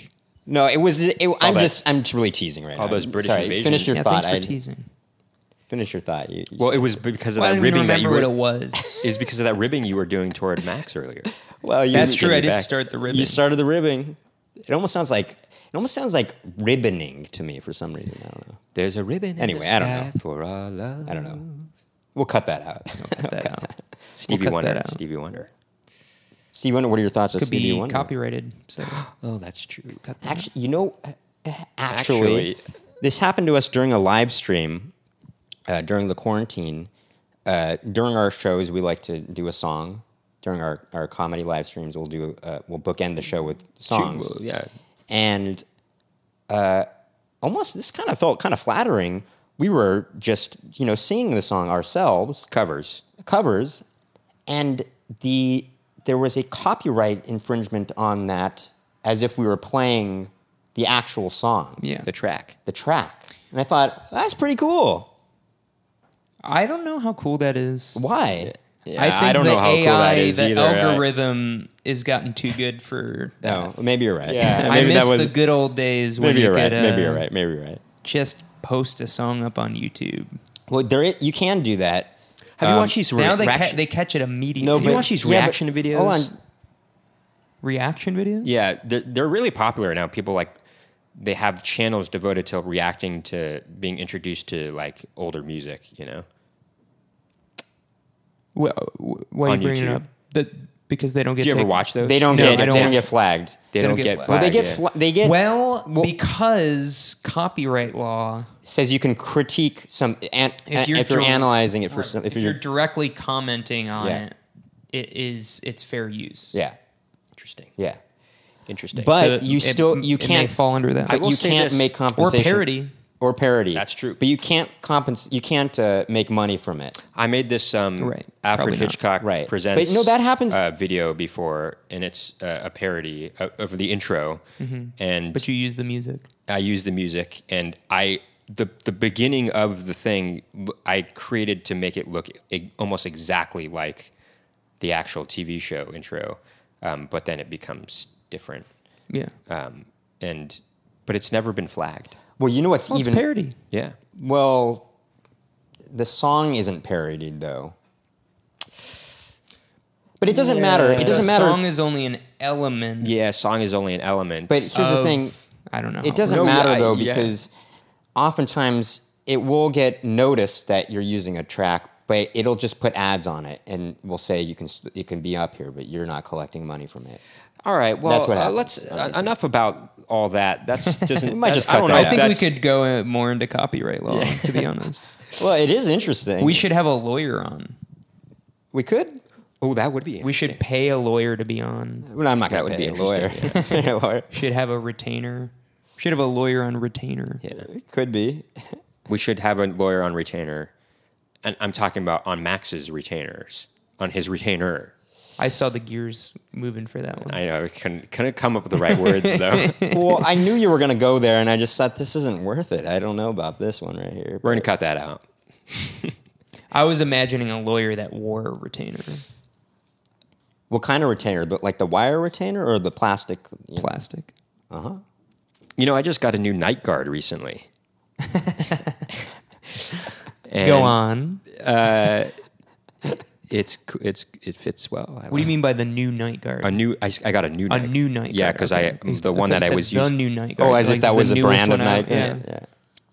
S2: No, it was. It, I'm
S3: that-
S2: just. I'm really teasing right now.
S3: all those British
S2: Sorry,
S3: invasion-
S2: Finish your
S1: Yeah,
S2: thought.
S1: thanks for
S2: I
S1: teasing.
S2: finish your thought. You, you
S3: Well,
S2: well,
S3: it was because of
S1: Well, I
S3: that
S1: don't even
S3: ribbing that you
S1: remember
S3: were
S1: what it was.
S3: is because of that ribbing you were doing toward Max earlier.
S2: you,
S1: That's true. I
S3: (laughs) you
S1: did
S3: back.
S1: start the ribbon.
S2: You started the ribbing. It almost sounds like. It almost sounds like ribboning to me for some reason. I don't know.
S3: There's a ribbon. in
S2: Anyway,
S3: the
S2: I don't
S3: sky For our love.
S2: I don't know. We'll cut that out.
S1: Cut that out. cut
S3: Stevie
S1: that
S3: Wonder.
S1: out.
S3: Stevie Wonder.
S2: (laughs) Steve Wonder, what are your thoughts on
S1: Could
S2: Stevie
S1: be
S2: Wonder?
S1: copyrighted. So
S3: Oh, that's true.
S2: Actually, you know, uh, uh, actually,
S3: Actually.
S2: this happened to us during a live stream uh, during the quarantine. Uh, during our shows, we like to do a song. During our, our comedy live streams, we'll do uh, we'll bookend the show with songs.
S3: Well, yeah.
S2: And uh, almost this kind of felt kind of flattering. We were just you know singing the song ourselves,
S3: Covers.
S2: covers, and the there was a copyright infringement on that, as if we were playing the actual song,
S1: yeah,
S3: The track.
S2: the track. And I thought that's pretty cool.
S1: I don't know how cool that is.
S2: Why?
S3: Yeah, I don't know how cool that is
S1: the
S3: either. I-
S1: algorithm is gotten too good
S3: (laughs)
S1: for.
S2: No, maybe you're right. (laughs)
S3: Yeah.
S1: I
S2: maybe
S1: miss
S2: that was.
S1: the good old days when
S2: maybe
S1: you
S2: you're right.
S1: could uh,
S2: maybe you're right. Maybe you're right.
S1: just post a song up on YouTube.
S2: Well, there i- you can do that.
S3: Have
S2: Um,
S3: you watched these
S1: now
S3: re-
S1: they,
S3: reaction-
S1: ca- they catch it immediately.
S2: No,
S1: Have
S2: but-
S1: you watched
S3: these
S2: yeah, but-
S3: reaction videos?
S2: Hold on.
S1: reaction videos?
S3: Yeah, they're, they're really popular now. People like they have channels devoted to reacting to being introduced to like older music. You know,
S1: Wh- wh- why are
S3: On
S1: you bringing it
S3: YouTube.
S1: up? That because they don't get.
S3: do you ever
S1: taken-
S3: watch those?
S2: They don't
S1: No,
S2: get.
S1: I don't
S2: they don't
S1: want-
S2: get flagged.
S3: They, don't, get.
S1: Well,
S2: Well, they
S3: flagged,
S2: get.
S3: yeah.
S2: Fla- they get.
S1: Well, because copyright law,
S2: says you can critique some an,
S1: If
S2: if
S1: you're
S2: you're,
S1: dir-
S2: analyzing it for some,
S1: if you're directly commenting on
S2: Yeah.
S1: it, it is it's fair use.
S2: yeah
S3: interesting.
S2: yeah
S3: Interesting.
S2: but
S1: So
S2: you
S1: it-
S2: still you
S1: it may
S2: can't
S1: fall under that.
S2: but
S3: will
S2: you
S3: say
S2: can't
S3: this-
S2: make
S1: or
S2: compensation
S1: parody.
S2: or parody.
S3: That's true.
S2: But you can't compensate. You can't uh, make money from it.
S3: I made this um,
S1: Right.
S3: Alfred
S1: Probably not.
S3: Hitchcock
S2: Right.
S3: presents.
S2: But no, that happens-
S3: Uh, video before, and it's uh, a parody of, of the intro, and
S1: But you use the music.
S3: I used the music, and I the the beginning of the thing l- I created to make it look e- almost exactly like the actual TV show intro, um, but then it becomes different,
S1: Yeah.
S3: um, and but it's never been flagged.
S2: Well, you know what's
S1: Well,
S2: even
S1: it's parody.
S3: Yeah,
S2: well, the song isn't parodied though. But it doesn't matter. It doesn't
S1: The
S2: matter.
S1: Song is only an element.
S3: yeah. Song is only an element,
S2: but here's the
S1: of-
S2: thing.
S1: I don't know.
S2: It doesn't
S3: No,
S2: matter
S3: I-
S2: though
S3: yeah.
S2: because oftentimes it will get noticed that you're using a track, but it'll just put ads on it and will say you can s- it can be up here, but you're not collecting money from it.
S3: all right. Well,
S2: That's what
S3: uh,
S2: happens.
S3: let's uh, enough about all that. (laughs) That's doesn't.
S2: might
S3: that-
S2: just
S3: I
S2: cut
S3: don't
S2: that out.
S3: know
S1: I
S3: if
S1: think we
S3: that's-
S1: could go uh, more into copyright law, to be (laughs) honest.
S2: Well, it is interesting.
S1: We should have a lawyer on.
S2: we could.
S3: Oh, that would be.
S1: We should pay a lawyer to be on.
S2: Well, I'm not
S3: That
S2: going to
S3: would
S2: be a
S3: be
S2: lawyer. (laughs) A lawyer.
S1: Should have a retainer. Should have a lawyer on retainer.
S3: Yeah.
S2: Could be.
S3: we should have a lawyer on retainer. And I'm talking about on Max's retainers, on his retainer.
S1: I saw the gears moving for that one.
S3: I know I couldn't, couldn't come up with the right words though.
S1: (laughs)
S2: well, I knew you were going to go there, and I just thought this isn't worth it. I don't know about this one right here.
S3: We're gonna cut that out.
S1: I was imagining a lawyer that wore a retainer,
S2: What kind of retainer? The, like the wire retainer or the plastic? you know?
S1: plastic.
S3: You know, I just got a new night guard recently.
S1: (laughs)
S3: And
S1: Go on.
S3: It's c- it's it fits well. I
S1: What do
S3: like-
S1: you mean by the new night guard?
S3: a new? I, s- I got a new
S1: A new night
S3: Yeah,
S1: guard.
S3: because
S1: okay.
S3: I the one
S1: thought you
S3: that I
S1: said
S3: was
S1: the
S3: using
S1: new night guard.
S2: Oh, as
S1: like
S2: if that
S1: just
S2: was
S1: the
S2: a
S1: newest
S2: brand of
S1: one out.
S2: Nike.
S1: Yeah.
S2: yeah.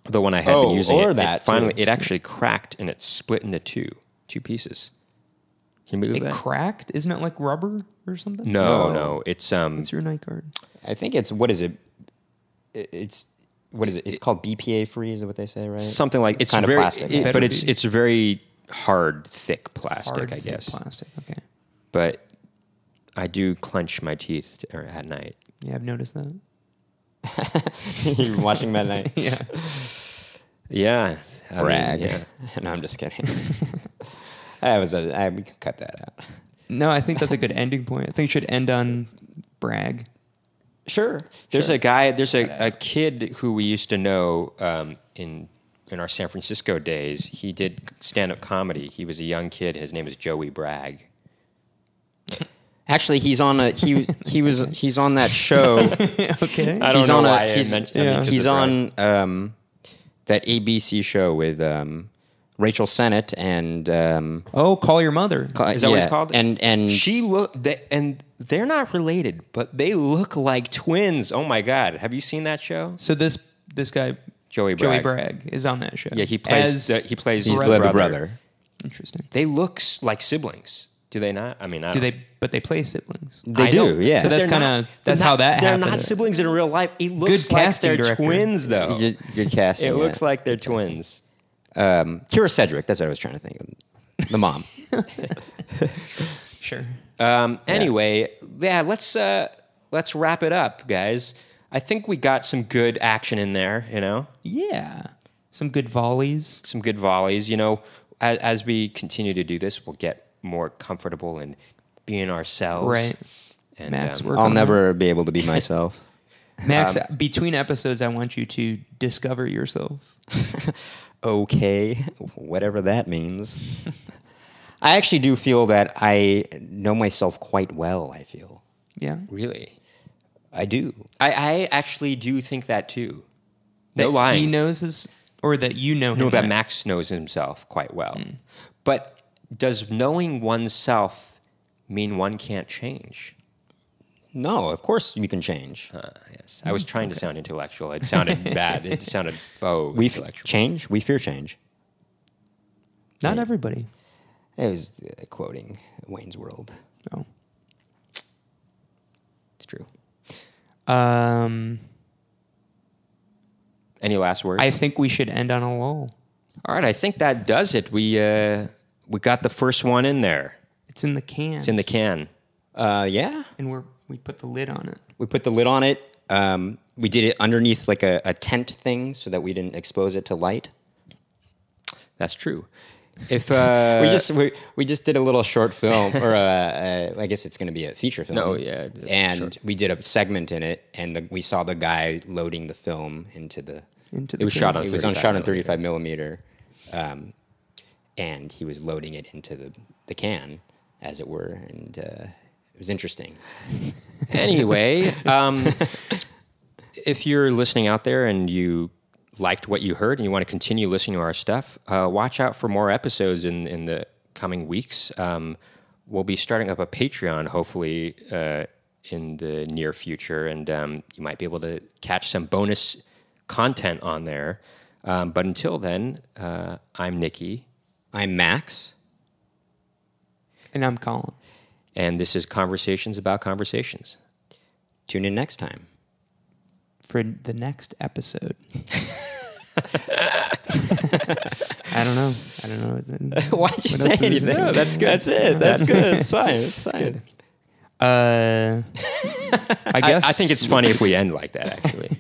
S3: the one I had
S2: Oh,
S3: been using.
S2: or
S3: it,
S2: that,
S3: it finally
S2: too.
S3: it actually cracked and it split into two two pieces. Can you move
S1: It
S3: that?
S1: cracked. Isn't it like rubber or something?
S3: no,
S2: No.
S3: no, it's um
S1: It's your night guard.
S2: I think it's what is it? I- It's what is it? It's called BPA free, is what they say, right?
S3: something like it's
S2: Kind of
S3: very,
S2: plastic,
S3: it-
S2: yeah.
S3: but
S1: Better
S3: it's
S1: be.
S3: it's very hard, thick plastic,
S1: Hard,
S3: I
S1: thick
S3: guess.
S1: Plastic. Okay.
S3: But I do clench my teeth t- or at night.
S1: Yeah, I've noticed that.
S2: (laughs)
S1: (laughs)
S2: You're watching that night.
S1: Yeah.
S3: Yeah, I
S2: (laughs)
S3: mean,
S2: Brag.
S3: yeah.
S2: (laughs) no, I'm just kidding. I was. A, I, we could cut that out.
S1: No, I think that's a good ending point. I think it should end on brag. (laughs)
S2: Sure.
S3: (laughs) There's a guy. There's a, a kid who we used to know um, in in our San Francisco days. He did stand up comedy. He was a young kid. His name is Joey Bragg.
S2: Actually, he's on a he. He was. He's on that (laughs) show.
S1: Okay.
S3: (laughs) I don't
S2: he's
S3: know
S2: on
S3: why I
S2: a, he's,
S3: mentioned- I mean,
S1: yeah.
S3: 'cause
S2: he's
S3: of
S2: on
S3: Bragg.
S2: um, that ABC show with um, Rachel Sennett and um,
S1: oh, call your mother.
S3: Is that what it's
S2: yeah,
S3: called?
S2: And and
S3: she look they, and they're not related, but they look like twins. Oh my god! Have you seen that show?
S1: So this this guy
S3: Joey
S1: Joey
S3: Bragg.
S1: Bragg is on that show.
S3: Yeah, he plays.
S1: As,
S3: The, he plays.
S2: he's
S3: the
S2: the
S3: brother.
S2: brother.
S1: interesting.
S3: They look s- like siblings. Do they not? I mean, I
S1: Do
S3: don't-
S1: they? But they play
S3: (laughs)
S1: siblings.
S2: They
S3: I
S2: do.
S3: know,
S2: Yeah.
S1: So that's
S3: they're not-
S1: kinda-
S3: they're
S1: that's how
S3: not-
S1: that
S3: They're
S1: happened.
S3: not siblings in real life. It looks
S1: Good
S3: like
S1: casting
S3: they're
S1: director.
S3: twins, though.
S2: good, good casting.
S3: it looks
S2: yeah.
S3: like they're twins.
S2: um, Kira Cedric. That's what I was trying to think. of. The (laughs) mom.
S1: Sure.
S3: Um, anyway, yeah. Let's uh, let's wrap it up, guys. I think we got some good action in there. You know.
S1: Yeah. Some good volleys.
S3: some good volleys. You know, as, as we continue to do this, we'll get more comfortable in being ourselves.
S1: Right.
S3: And,
S1: Max,
S3: um,
S1: we're-
S2: I'll never be able to be myself.
S1: Max, between episodes, I want you to discover yourself.
S2: (laughs) okay, whatever that means. (laughs) I actually do feel that I know myself quite well. I feel
S1: Yeah.
S3: really,
S2: I do.
S3: I, I actually do think that too. No
S1: that
S3: lying.
S1: He knows his, or that you know him.
S3: no, that Max knows himself quite well. But does knowing oneself mean one can't change?
S2: No, of course you can change. Mm,
S3: Uh, yes. I was trying to sound intellectual.
S2: (laughs)
S3: It sounded bad. It sounded faux
S2: we f-
S3: intellectual.
S2: change. We fear change.
S1: Not everybody.
S2: It was uh, quoting Wayne's World.
S1: Oh.
S2: It's true.
S1: Um,
S3: Any last words?
S1: I think we should end on a lull.
S3: All right. I think that does it. We uh, we got the first one in there.
S1: It's in the can,
S3: It's in the can.
S2: Uh, yeah,
S1: and we're we put the lid on it.
S2: we put the lid on it. Um, we did it underneath like a, a tent thing so that we didn't expose it to light.
S3: That's true. If uh,
S2: (laughs) we just we, we just did a little short film, or uh, uh, I guess it's going to be a feature film.
S3: No, yeah, it's
S2: and
S3: short.
S2: we did a segment in it, and the, we saw the guy loading the film into the.
S1: Into
S3: it was shot on
S2: It was on
S3: 35
S2: shot on
S3: millimeter.
S2: thirty-five millimeter, um, and he was loading it into the the can, as it were, and uh, it was interesting.
S3: (laughs) Anyway, um, if you're listening out there and you liked what you heard and you want to continue listening to our stuff, uh, watch out for more episodes in, in the coming weeks. Um, we'll be starting up a Patreon, hopefully, uh, in the near future, and um, you might be able to catch some bonus content on there. Um, but until then, uh, I'm Nikki,
S2: I'm Max.
S1: And I'm Colin.
S3: and this is Conversations About Conversations.
S2: Tune in next time. (laughs)
S1: for the next
S3: (laughs)
S1: episode. I don't know. I don't know.
S2: Why'd
S3: (laughs)
S2: you
S1: else is-
S2: say anything?
S1: No,
S2: that's good. That's it. That's good. It's fine. It's fine.
S1: Uh, I
S3: (laughs) I,
S1: guess
S3: I think
S1: (laughs)
S3: it's (laughs) funny if we end like that. Actually,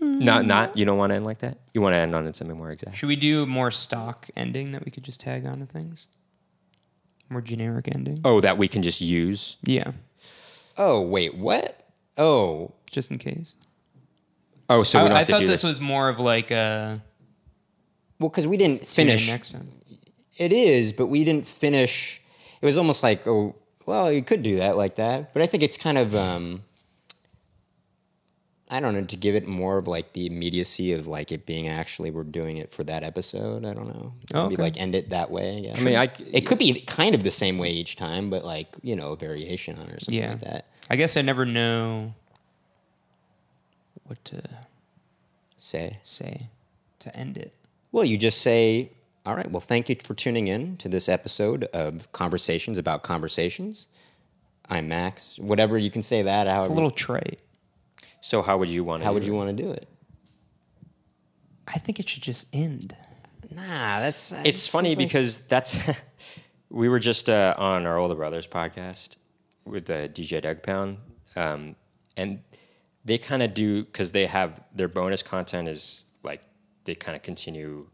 S3: not not you don't want to end like that. You want to end on something more exact.
S1: Should we do more stock ending that we could just tag onto things? More generic ending.
S3: Oh, that we can just use.
S1: Yeah,
S2: Oh wait, what? Oh,
S1: just in case.
S3: Oh, so we don't
S1: I, I
S3: have to
S1: thought
S3: do
S1: this
S3: this.
S1: was more of like a
S2: well, because we didn't
S1: tune in
S2: finish.
S1: next time.
S2: It is, but we didn't finish. It was almost like, oh, well, you could do that like that, but I think it's kind of, um, I don't know, to give it more of like the immediacy of like it being actually we're doing it for that episode. I don't know,
S1: Oh,
S2: maybe
S1: okay.
S2: like end it that way. I, guess.
S3: I mean, I
S2: it could be kind of the same way each time, but like you know, a variation on it or something
S1: Yeah.
S2: like that.
S1: I guess I never know what to
S2: Say.
S1: say to end it.
S2: Well, you just say, all right, well, thank you for tuning in to this episode of Conversations About Conversations. I'm Max. Whatever you can say that,
S1: It's
S2: however,
S1: a little trait.
S3: so how would you want?
S2: how would you want to do it?
S1: I think it should just end.
S2: Nah, that's.
S3: It's funny because that's (laughs) we were just uh, on our older brothers podcast with uh, DJ Doug Pound, um, and they kind of do because they have their bonus content is like they kind of continue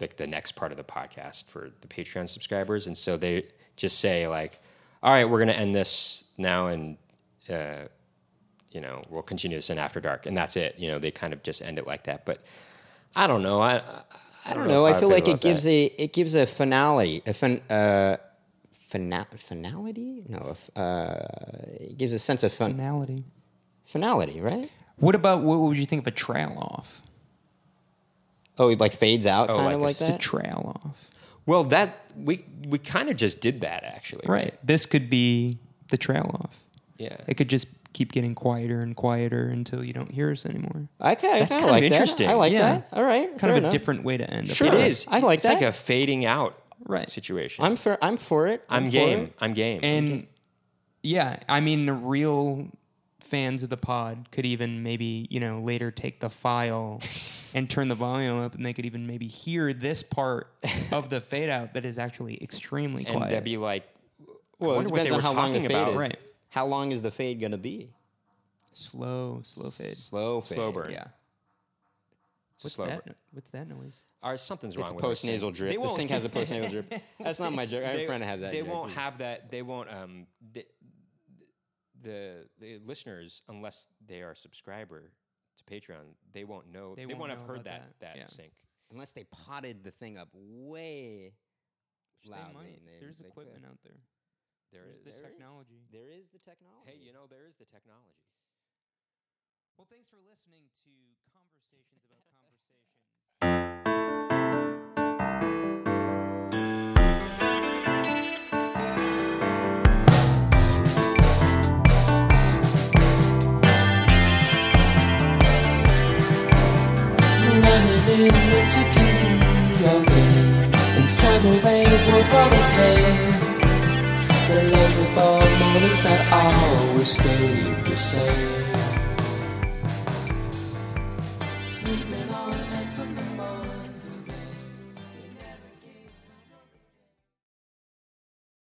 S3: like the next part of the podcast for the Patreon subscribers, and so they just say like, "All right, we're gonna end this now," and uh, you know we'll continue this in After Dark, and that's it. You know they kind of just end it like that, but I don't know. I I- I don't
S2: No,
S3: know.
S2: I
S3: how
S2: feel like it
S3: about that.
S2: gives a it gives a finale, a fin, uh, fina- finality. No, a f- uh, it gives a sense of fin-
S1: Finality.
S2: finality, right?
S1: What about what would you think of a trail off?
S2: Oh, it like fades out, kind
S3: like
S2: of
S3: a
S2: like
S1: It's a
S2: that.
S1: trail off.
S3: Well, that we we kind of just did that actually.
S1: Right. This could be the trail off.
S3: Yeah.
S1: It could just keep getting quieter and quieter until you don't hear us anymore.
S2: I kind of,
S3: That's kind of
S2: like that.
S3: interesting.
S2: I like
S1: Yeah.
S2: that. All right,
S1: Kind
S2: fair
S1: of a
S2: enough.
S1: different way to end. a
S3: It
S2: Sure.
S1: podcast.
S3: is.
S2: I like
S3: it's like
S2: that.
S3: a fading out
S1: Right.
S3: situation.
S2: I'm for I'm for it.
S3: I'm
S2: for
S3: game.
S2: it.
S3: I'm game.
S1: And yeah, I mean the real fans of the pod could even maybe, you know, later take the
S2: (laughs)
S1: file and turn the volume up and they could even maybe hear this part of the fade out that is actually extremely
S3: and
S1: quiet.
S3: that'd be like I
S2: Well, it
S3: wonder what they
S2: depends on
S3: were
S2: how long the
S3: talking
S2: fade
S3: about.
S2: is.
S1: Right.
S2: How long is the fade gonna be?
S1: slow, slow fade.
S2: Slow fade.
S3: Slow burn.
S1: Yeah.
S3: It's a
S1: What's
S3: slow
S1: that?
S3: burn.
S1: no- What's that noise?
S3: Or something's wrong
S2: It's a
S3: with our
S2: post nasal
S3: sync. They
S2: drip. The
S3: won't-
S2: sink has a post nasal drip.
S3: (laughs)
S2: That's not my joke. I have a friend that had that.
S3: They
S2: joke.
S3: won't have that. They won't. Um, the, the the listeners, unless they are a subscriber to Patreon, they won't know. They,
S1: They
S3: won't,
S1: won't
S3: have
S1: know
S3: heard
S1: about
S3: that that,
S1: that. Yeah.
S3: sync.
S2: unless they potted the thing up way
S1: They
S2: loudly.
S1: might.
S2: and they-
S1: There's
S2: they could.
S1: equipment out there.
S3: There
S1: There's
S3: is.
S1: the
S2: There is-
S1: technology.
S2: There is the technology.
S3: Hey, you know there is the technology.
S1: Well, thanks for listening to Conversations About Conversations.
S4: Running in winter can be okay, and saddle away worth all the pain. The loves of our mornings that always stay the same.